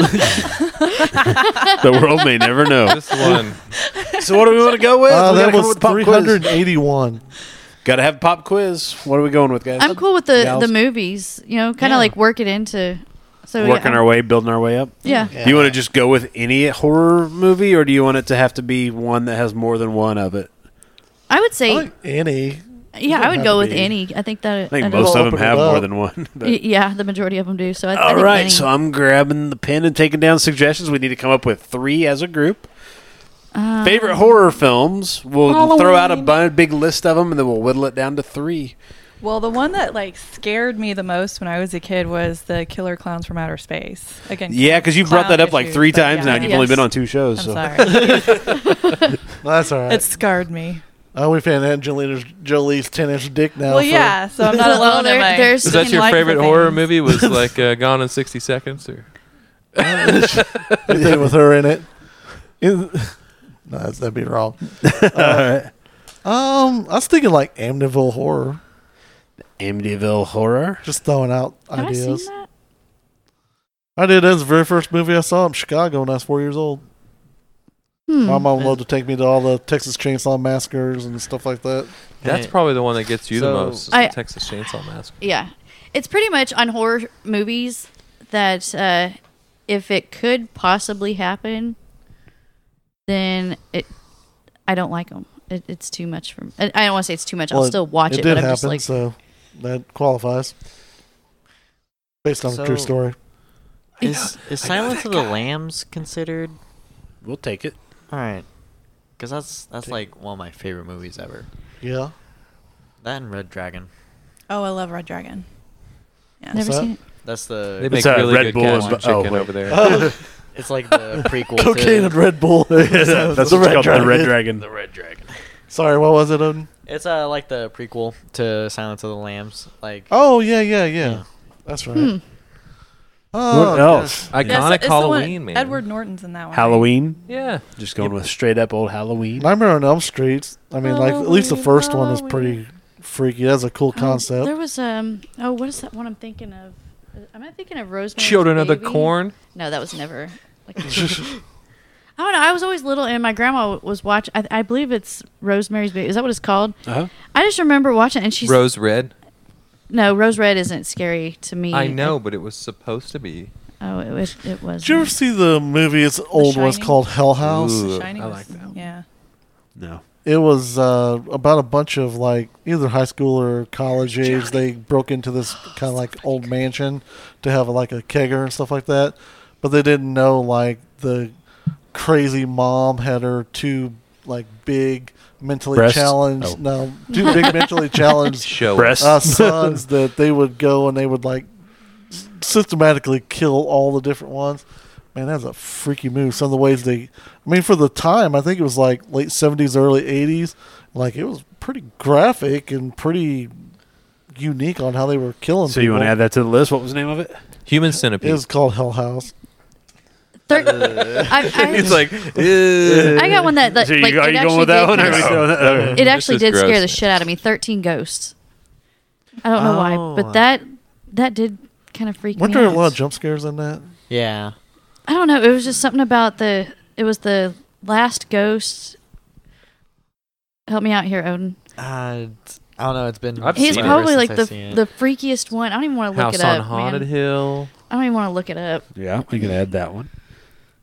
The world may never know.
This one.
So what do we want to go with?
Uh,
We gotta
that
come
was
up with pop quiz.
381.
Gotta have pop quiz. What are we going with, guys?
I'm cool with the
Gals.
the movies. You know, kind of
Yeah.
like work it into.
Oh,
So
Working
yeah.
our way, building our way up.
Yeah.
Do you want to just go with any horror movie, or do you want it to have to be one that has more than one of it?
I would
I
say,
like any.
yeah,
don't
I
have
would go
to
with
be.
any. I think that.
I think
that
most
is-
of
Open
them
it
have more
up.
than one. but-
Y- yeah, the majority of them do. So I, I
All
think
right,
any.
so I'm grabbing the pen and taking down suggestions. We need to come up with three as a group.
Um,
Favorite horror films. We'll throw out a
Uh-huh. Halloween.
bu- big list of them, and then we'll whittle it down to three.
well, the one that like scared me the most when I was a kid was the Killer Clowns from Outer Space. Again,
Yeah, because you've brought
clown
that up like
issues,
three
but
times
yeah.
now. and You've
Yes.
only been on two shows. so.
I'm sorry.
No, that's all right.
it scarred me.
Oh, we found Angelina Jolie's 10 inch dick now.
well,
for-
yeah, so I'm
Well,
not alone.
there-
am I?
there's-
Is that your
Like the
favorite horror
things.
movie? Was like uh, Gone in 60 Seconds or
Anything with her in it. In- no, that's, that'd be wrong. Uh, Um, I was thinking like Amityville horror.
Amityville horror.
Just throwing out
Have I
ideas.
seen that?
I did. That's the very first movie I saw in Chicago when I was four years old.
Hmm.
My mom loved to take me to all the Texas Chainsaw Massacres and stuff like that.
That's
Yeah.
probably the one that gets you
So-
the most. is
I-
the Texas Chainsaw Massacre.
Yeah, it's pretty much on horror movies. that uh, if it could possibly happen, then it. I don't like them. It, it's too much for me. I I don't want to say it's too much. I'll
Well,
still watch it,
did
but I'm
happen,
just like,
so that qualifies. Based on a true
So-
story.
Is, is Silence of the Lambs considered?
We'll take it.
All right, because that's that's like one of my favorite movies ever.
Yeah.
That and Red Dragon.
Oh, I love Red Dragon. Yeah.
never
What's
seen it.
That's the.
They make
uh,
really
Red
good
Bull
Bull
and
and
bu- oh,
chicken
wait.
over there.
it's like the prequel.
Cocaine
to,
and Red Bull.
That's
The
what
Red
it's called, the Red
Dragon.
Dragon.
The Red Dragon.
Sorry, what was it? Odin?
It's uh like the prequel to Silence of the Lambs. Like
Oh, yeah, yeah, yeah.
Yeah.
That's right.
Hmm.
Oh,
what
yes.
else?
Iconic
Yeah, so it's the one-
Halloween, man.
Edward Norton's in that one.
Halloween.
Yeah.
Just going with straight up old Halloween.
Nightmare on Elm Street. I mean, like at least the first one was pretty freaky. That's a cool
Um,
concept.
there was um. Oh, what is that one I'm thinking of? Uh, Am I thinking of Rosemary?
Children of the
Baby?
Corn.
No, that was never. Like, I
Uh-huh.
don't know. I was always little, and my grandma was watch. I, I believe it's Rosemary's Baby. Is that what it's called?
Uh-huh.
I just remember watching, and she's
Rose Red.
no Rose Red isn't scary to me.
I know, but it was supposed to be.
oh, it was. It was.
Did you ever see the movie? It's an old one. It's
Shining?
called Hell House.
Ooh,
Shining
I
was-
like that.
Yeah.
No.
It was uh, about a bunch of like either high school or college age. They broke into this kind of like old mansion to have like a kegger and stuff like that, but they didn't know like the crazy mom had her two like big mentally
Breasts?
challenged
Oh.
no two big mentally challenged
Show it.
Breasts.
uh, sons that they would go and they would like s- systematically kill all the different ones. Man, that's a freaky move. Some of the ways they, I mean, for the time, I think it was like late seventies, early eighties. Like it was pretty graphic and pretty unique on how they were killing.
so you want to add that to the list? What was the name of it?
Human
It
centipede.
was called Hell House.
Thir- I, I,
it's like
I got one that, that
so you,
like
are
it
you
actually
going with that
did
one? Or are
kinda
we
s-
throwing that? Okay.
it actually
is
did scare
gross.
the shit out of me. Thirteen ghosts. I don't know why,
Oh.
but that that did kind of freak
Weren't
me
there a
out.
lot of jump scares in that?
yeah,
I don't know. It was just something about the. It was the last ghost. Help me out here, Odin.
uh, it's- I don't know. It's been
I've
He's
seen it.
probably like
since
the
I've seen it.
the freakiest one. I don't even want to look
House
it
on
up.
Haunted
man.
Hill.
I don't even want to look it up.
Yeah, we can add that one.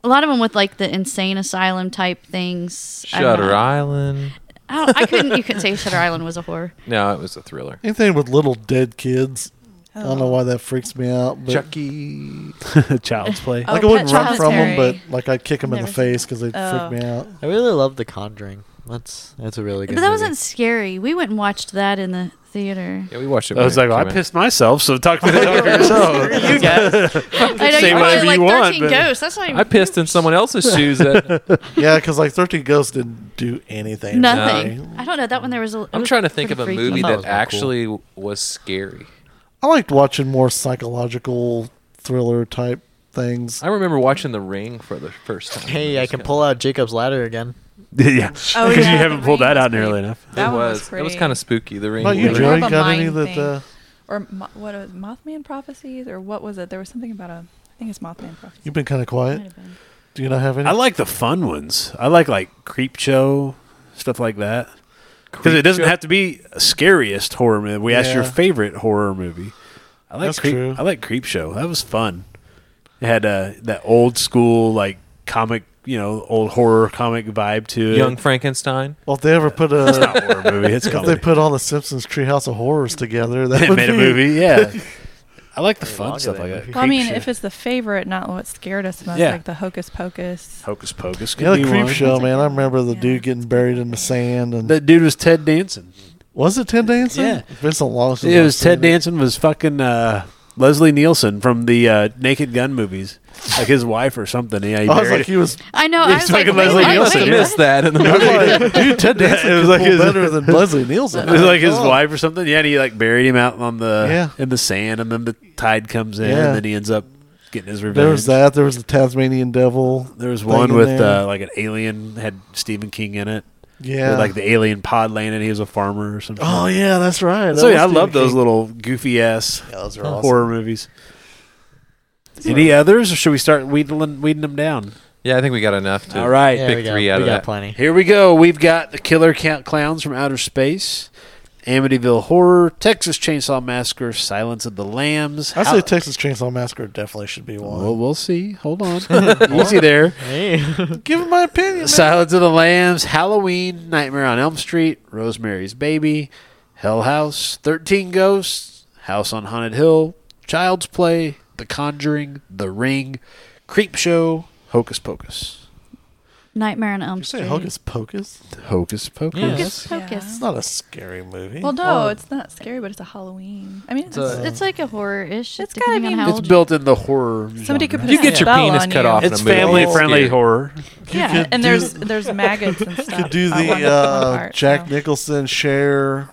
A lot of them with like the insane asylum type things. I don't
Shutter
know.
Island.
I, don't, I couldn't. You couldn't say Shutter Island was a horror.
No, it was a thriller.
Anything with little dead kids. I don't know
Oh.
why that freaks me out. But
E.
Chucky.
Child's play.
Oh,
like I wouldn't
Pet
run from them, but
Cemetery.
like I'd kick them in the
Never seen
face because they'd
Oh.
freak me out.
I really love The Conjuring. That's that's a really good.
But that
movie.
wasn't scary. We went and watched that in the theater.
Yeah, we watched it.
I was
when
like,
it
well, I
came out.
pissed myself, so talk to the doctor yourself.
You guys-
I know
Say
you
whatever
probably like
you want,
thirteen
but-
ghosts. That's not even
I pissed in someone else's shoes. That,
Yeah, because like Thirteen Ghosts didn't do anything.
nothing.
really.
I don't know. That one there was. A, it
I'm
was
trying to think of
pretty
a
freaky. Oh.
movie
I thought it was
that
kinda cool.
actually w- was scary.
I liked watching more psychological thriller type things.
I remember watching The Ring for the first time.
hey, I can pull out Jacob's Ladder again.
yeah, because
Oh,
you
yeah,
haven't
the
pulled that
ring
out
was
nearly
pretty-
enough.
It
That one was
was. It was
pretty-
kind of spooky. The Ring.
Not you,
More
Literally.
Jerry.
of a
Got any
mind
that?
thing.
Uh,
Or Mo- what was Mothman prophecies or what was it? There was something about a. I think it's Mothman prophecies.
you've been kind of
Might
quiet.
have been.
Do you not have any?
I like the fun ones. I like like Creep Show stuff like that because it doesn't
Creepshow.
have to be scariest horror movie. We asked your
Yeah.
favorite horror movie. I like
That's
Creep.
true.
I like Creep Show. That was fun. It had uh, that old school like comic, you know, old horror comic vibe to it.
Young Frankenstein.
well, if they ever put
It's
a,
not a horror movie. It's
if
comedy.
they put all the Simpsons Treehouse of Horrors together, that
it
would
made
be,
a movie. Yeah, I like the
Pretty
fun
long
stuff
ago,
like
that
that.
movie.
Well, I mean,
Creepshow.
if it's the favorite, not what scared us most,
Yeah.
like the Hocus Pocus.
Hocus Pocus, could
Yeah,
be
the creep
one.
show, man. I remember the
Yeah.
dude getting buried in the sand, and
That dude was Ted Danson.
was it Ted Danson?
Yeah.
it's been so long since
it
I've
was
seen
Ted Danson was fucking uh, Leslie Nielsen from the uh, Naked Gun movies, like his wife or something. Yeah, he
I was
buried
like, he was.
I know.
Yeah,
I
it's
was like,
fucking
wait,
Leslie
what?
Nielsen.
must
Wait,
have
what?
missed that in the
I was
movie.
like, dude, Ted Danson
It was
was
like his-
better than Leslie Nielsen.
it was like his wife or something. Yeah, and he like buried him out on the
Oh. Yeah.
in the sand, and then the tide comes in,
Yeah.
and then he ends up getting his revenge.
There was that. There was the Tasmanian Devil.
There was
thing
one
in
with
there.
uh, like an alien had Stephen King in it.
Yeah.
With, like the alien pod landing, he was a farmer or something.
oh yeah, that's right.
So yeah, I love those little goofy ass
those are
horror movies. Any others, or should we start wheedling, weeding them down?
Yeah, I think we got enough to.
All right,
Yeah,
pick
we got,
three out
we
of
got
that.
plenty.
here we go. We've got the Killer Count Clowns from Outer Space, Amityville Horror, Texas Chainsaw Massacre, Silence of the Lambs.
I
How-
say Texas Chainsaw Massacre definitely should be one.
Well, we'll see. Hold on. Easy there.
Hey.
Give him my opinion. man.
Silence of the Lambs, Halloween, Nightmare on Elm Street, Rosemary's Baby, Hell House, 13 Ghosts, House on Haunted Hill, Child's Play, The Conjuring, The Ring, Creep Show, Hocus Pocus.
Nightmare on Elm
You say
Street.
Hocus Pocus?
Hocus Pocus?
Yeah.
Hocus
Yeah.
Pocus.
It's not a scary movie.
Well, no,
Or-
it's not scary, but it's a Halloween. I mean, it's,
a-
It's like a horror-ish.
It's gotta
depending
be-
on how
It's
old you-
built in the horror.
somebody could
genre.
put
You
a
get your
spell
penis
on
cut
you.
off.
It's
in a movie.
family friendly
Scary.
horror.
Yeah,
could
and
do-
there's there's maggots and stuff.
could do
on one-
the
one
uh,
part,
Jack
so.
Nicholson, Cher,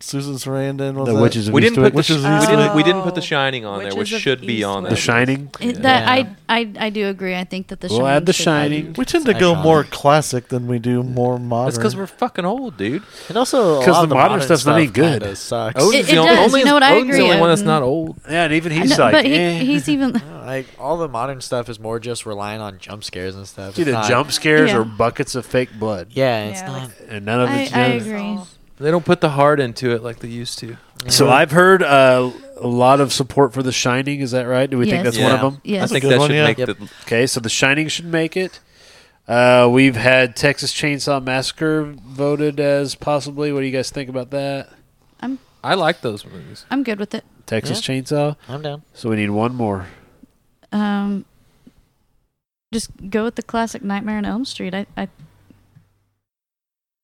Susan Sarandon. what Was
The
that?
Witches of
We didn't,
Eastwick.
put the
Which
sh-
is
we,
Eastwick.
didn't, we didn't
Oh.
put the shining on there, which
Witches of
should be
Eastwick.
on there.
The Shining.
It- that
Yeah.
I, I I do agree. I think that the
We'll
Shining
add The
should-
Shining.
We tend to
It's
go
iconic.
more classic than we do more modern.
That's because we're fucking old, dude.
And also,
Because
because
the modern stuff's not even good.
Kinda sucks.
Odin's
it
the only-
does. You
Only,
know what I
Odin's the
agree
only one
with.
that's not old.
Yeah, and even
I
he's
know,
like,
but he,
eh.
he's even.
Like all the modern stuff is more just relying on jump scares and stuff.
either
It's not-
jump scares
Yeah.
or buckets of fake blood.
Yeah, it's
Yeah,
not.
like-
And none of
I,
it's
I
done.
agree.
They don't put the heart into it like they used to.
So I've heard uh, a lot of support for The Shining. Is that right? Do we think
Yes.
that's one of
Yeah.
them?
Yes.
I think
That's a good
that should
one, yeah.
make
Yep.
the.
Okay, so The Shining should make it. Uh, we've had Texas Chainsaw Massacre voted as possibly. What do you guys think about that?
I'm
I like those movies.
I'm good with it.
Texas Chainsaw.
I'm down.
So we need one more.
Um, just go with the classic Nightmare on Elm Street. I, I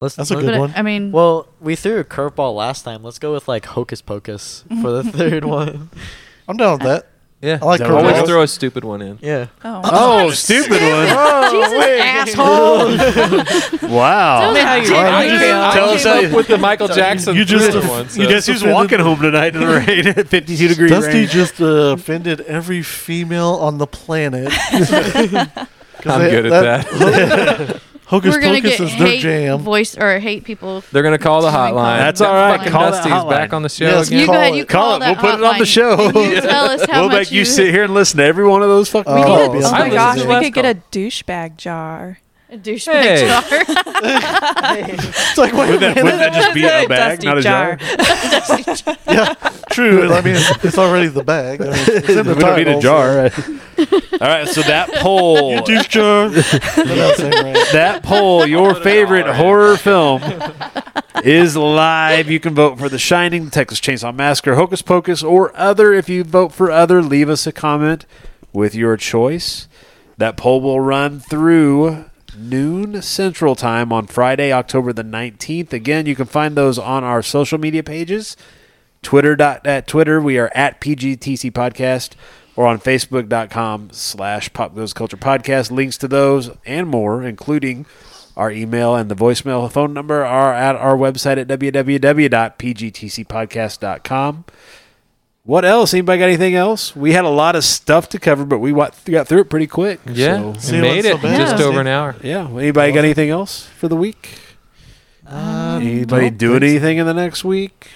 Let's.
That's a
let-
Good
but I-
one.
I mean,
Well, we threw a curveball last time. Let's go with like Hocus Pocus for the third one.
I'm down with that.
Yeah.
I like
Don't
Kurt
know.
Always
Russell.
throw a stupid one in.
Yeah.
Oh,
Oh, stupid one!
Jesus, asshole.
Wow.
Tell me how
I
you
just,
feel.
I
Tell
came
us how
up
you-
with the Michael Jackson
You just-
thriller one. So.
you
Guess who's walking home tonight in the rain at 52 degrees?
Dusty just uh, offended every female on the planet. 'Cause
I'm
they-
good at that.
Hocus
we're gonna
Pocus
get
is their
hate
jam.
voice or hate people.
They're gonna call the
Just gonna call
hotline.
it. That's
all right.
Fucking
Call that
Dusty's
hotline.
back on the show
Yes,
again.
You go ahead. You
Call
call,
it.
that
We'll put it on the
hotline.
show.
And you tell us how
we'll
much
make you sit here and listen to every one of those fucking
Oh,
we
calls.
could,
I'll be
oh my
honest.
gosh, we
Let's
could get
go.
a douchebag jar.
A douchebag
Hey.
jar.
It's like, wait a
Wouldn't that,
minute.
wouldn't that just be a bag,
Dusty
not a jar?
jar.
yeah, true. I mean, it's, it's already the bag. I mean, it's in the
we don't need a
title, so-
jar. All right, so that poll,
Douche jar. Without saying right.
that poll, your favorite horror film is live. You can vote for The Shining, The Texas Chainsaw Massacre, Hocus Pocus, or other. If you vote for other, leave us a comment with your choice. That poll will run through noon Central Time on Friday, October the 19th. Again, you can find those on our social media pages. Twitter dot, at Twitter, we are at PGTC Podcast or on Facebook.com slash Pop Goes the Culture Podcast. Links to those and more, including our email and the voicemail phone number are at our website at www.pgtcpodcast.com. What else? Anybody got anything else? We had a lot of stuff to cover, but we wa- got through it pretty quick.
Yeah,
So,
See,
we made
that's so
it in
bad.
just
Yeah.
over an hour.
yeah. Anybody got anything else for the week?
Um,
Anybody
don't
doing
think so.
anything in the next week?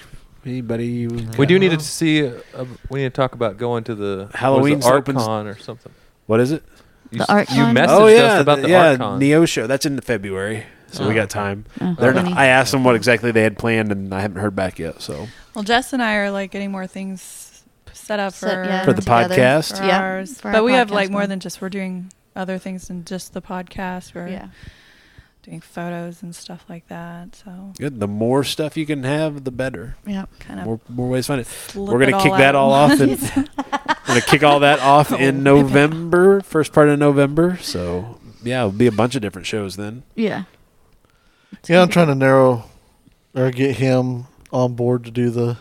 Anybody? You,
We do need to see. uh uh we need to talk about going to the
Halloween's
art
opens-
con or something.
What is it?
You,
The
s-
art
you
con?
messaged
oh yeah,
us about the
yeah,
art con.
Neo show. That's in February, so we
Oh.
got time.
Oh,
They're not,
funny.
I asked them what exactly they had planned, and I haven't heard back yet. So
Well, Jess and I are like getting more things set up for
Set- yeah,
For the
together.
podcast?
for
Yeah,
ours.
for our
but we have like
podcast
more
one.
than just we're doing other things than just the podcast. We're
Yeah.
doing photos and stuff like that. So
good. The more stuff you can have, the better.
Yeah.
kind of
More, more ways to find it.
slip
We're gonna
it
kick
all
that
out.
all off. And we're gonna kick all that off in November, first part of November. So yeah, it'll be a bunch of different shows then.
Yeah.
Yeah, I'm trying to narrow or get him on board to do the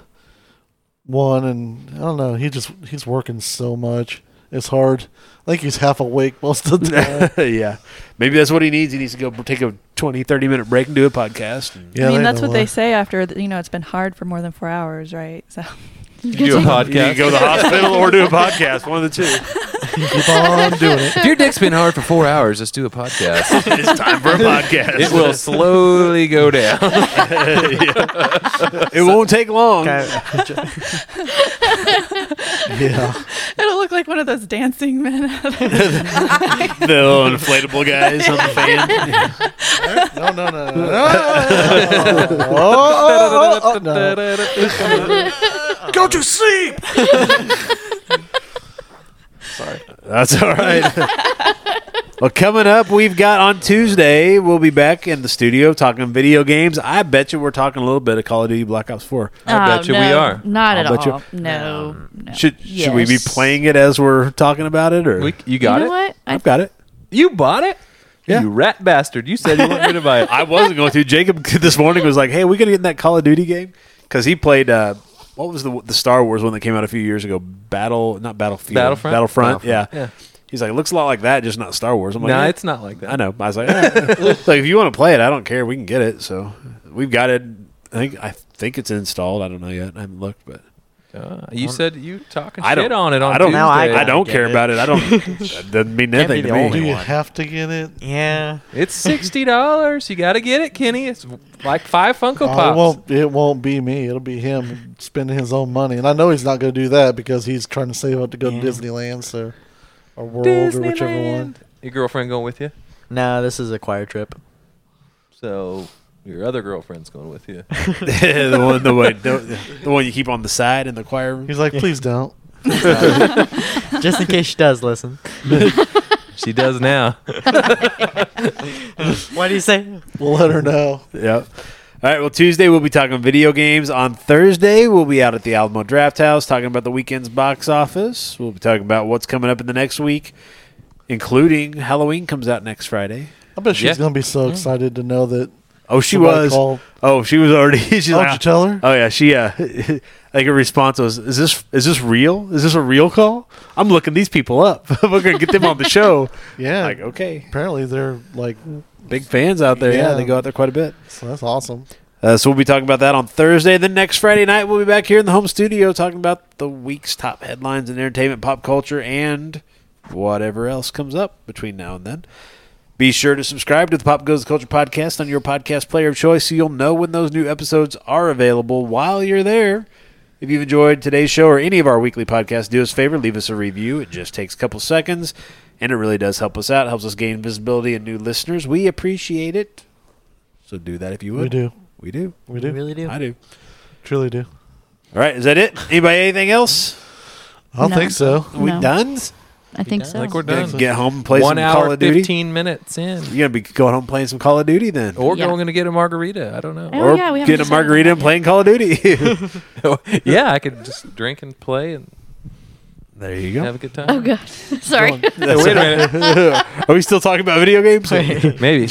one, and I don't know. He just he's working so much. It's hard. I think he's half awake most of the time.
yeah, maybe that's what he needs. He needs to go take a 20, 30 minute break and do a podcast.
Yeah,
I mean,
they
that's
know
what they
why.
say after th- you know it's been hard for more than four hours, right? So
do a
You can
podcast.
go to the hospital or do a podcast. One of the two.
Keep on doing it.
If your dick's been hard for four hours, let's do a podcast.
It's time for a podcast.
it will slowly go down.
It won't take long.
Yeah.
It'll look like one of those dancing men.
The little inflatable guys on the fan.
No, no, no. no. Oh, oh, oh, oh, no. Go to sleep.
That's all right. well, coming up, we've got on Tuesday, we'll be back in the studio talking video games. I bet you we're talking a little bit of Call of Duty Black Ops 4.
I bet you we
no,
are.
Not
I'll
at
bet you-
all. No, no.
Should should we be
Yes.
playing it as we're talking about it or
We- you
You
got
know
it?
what? I,
I've got it.
You bought it?
Yeah.
You rat bastard. You said you weren't going to buy it.
I wasn't going to. Jacob this morning was like, "Hey, we gonna get in that Call of Duty game?" Because he played uh, what was the the Star Wars one that came out a few years ago? Battle, not Battlefield,
Battlefront?
Battlefront.
Battlefront,
Yeah.
yeah.
He's like, looks a lot like that, just not Star Wars. I'm like,
No,
"Yeah."
it's not like that.
I know. I was like, "Eh." like if you want to play it, I don't care. We can get it. So we've got it. I think I think it's installed. I don't know yet. I haven't looked, but
Uh, you said you talking
I don't-
shit on it on
I don't-
Tuesday.
Now
I-
I don't
get
care
it.
about it. I don't. that doesn't mean
Can't be
anything to
the
me.
only
Do you
one.
have to get it?
yeah.
It's sixty dollars. You got to get it, Kenny. It's like five Funko
Oh, it
Pops.
won't. It won't be me. It'll be him spending his own money, and I know he's not going to do that because he's trying to save up to go
Yeah.
to Disneyland, so or World or whichever one.
Disneyland. Your girlfriend going with you,
No, this is a choir trip.
so your other girlfriend's going with you.
the one, the one, the, the one you keep on the side in the choir room.
He's like, please don't.
Just in case she does listen.
she does now.
What do you say?
We'll let her know.
Yep. All right. Well, Tuesday we'll be talking video games. On Thursday we'll be out at the Alamo Draft House talking about the weekend's box office. We'll be talking about what's coming up in the next week, including Halloween comes out next Friday.
I bet she's
Yeah.
going to be so excited to know that
Oh, Mm-hmm. she
somebody
was.
Called.
Oh, she was already. She's
Oh,
like,
did you tell her?
oh yeah, she. Uh, like her response was, "Is this is this real? Is this a real call? I'm looking these people up. We're gonna get them on the show."
yeah.
Like okay,
apparently they're like.
big fans out there. yeah
Yeah.
they go out there quite a bit.
So that's awesome.
Uh, so we'll be talking about that on Thursday. Then next Friday night, we'll be back here in the home studio talking about the week's top headlines in entertainment, pop culture, and whatever else comes up between now and then. Be sure to subscribe to the Pop Goes the Culture podcast on your podcast player of choice so you'll know when those new episodes are available while you're there. If you've enjoyed today's show or any of our weekly podcasts, do us a favor, leave us a review. It just takes a couple seconds, and it really does help us out. helps us gain visibility and new listeners. We appreciate it. So do that if you would.
We do.
We do.
We do.
really do.
I do.
Truly do.
All right, is that it? Anybody anything else?
I don't
No.
think so.
We
No.
done?
I think
done.
so.
like we're
Gonna
done.
Get home and play
One
some
hour
Call of Duty.
fifteen Oh, minutes in,
You're gonna be going home playing some Call of Duty then,
or
Yeah.
going to get a margarita. I don't know.
Oh,
or
yeah, we
getting
haven't
a
decided on
margarita
that
and
yet.
playing Call of Duty.
yeah, I could just drink and play and
there you go.
have a good time.
oh god, sorry.
Hey, wait a minute.
Are we still talking about video games?
Maybe.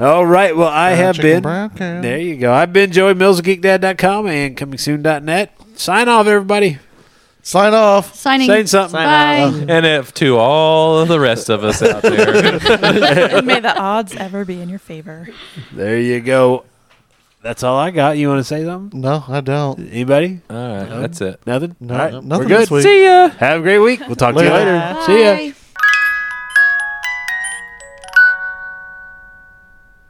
All right. Well, I
Uh,
have
chicken
been.
brown cow.
There you go. I've been Joey Mills at geekdad.com and comingsoon.net. Sign off, everybody.
Sign off.
Signing.
Saying something.
Bye.
and if to all of the rest of us out there.
May the odds ever be in your favor.
There you go. That's all I got. You want to say something?
No, I don't.
Anybody?
All right, that's it.
Nothing.
No,
all right.
nothing
We're
this
good.
week.
See ya.
Have a great week. We'll talk to you
Later.
later. See ya.
Bye.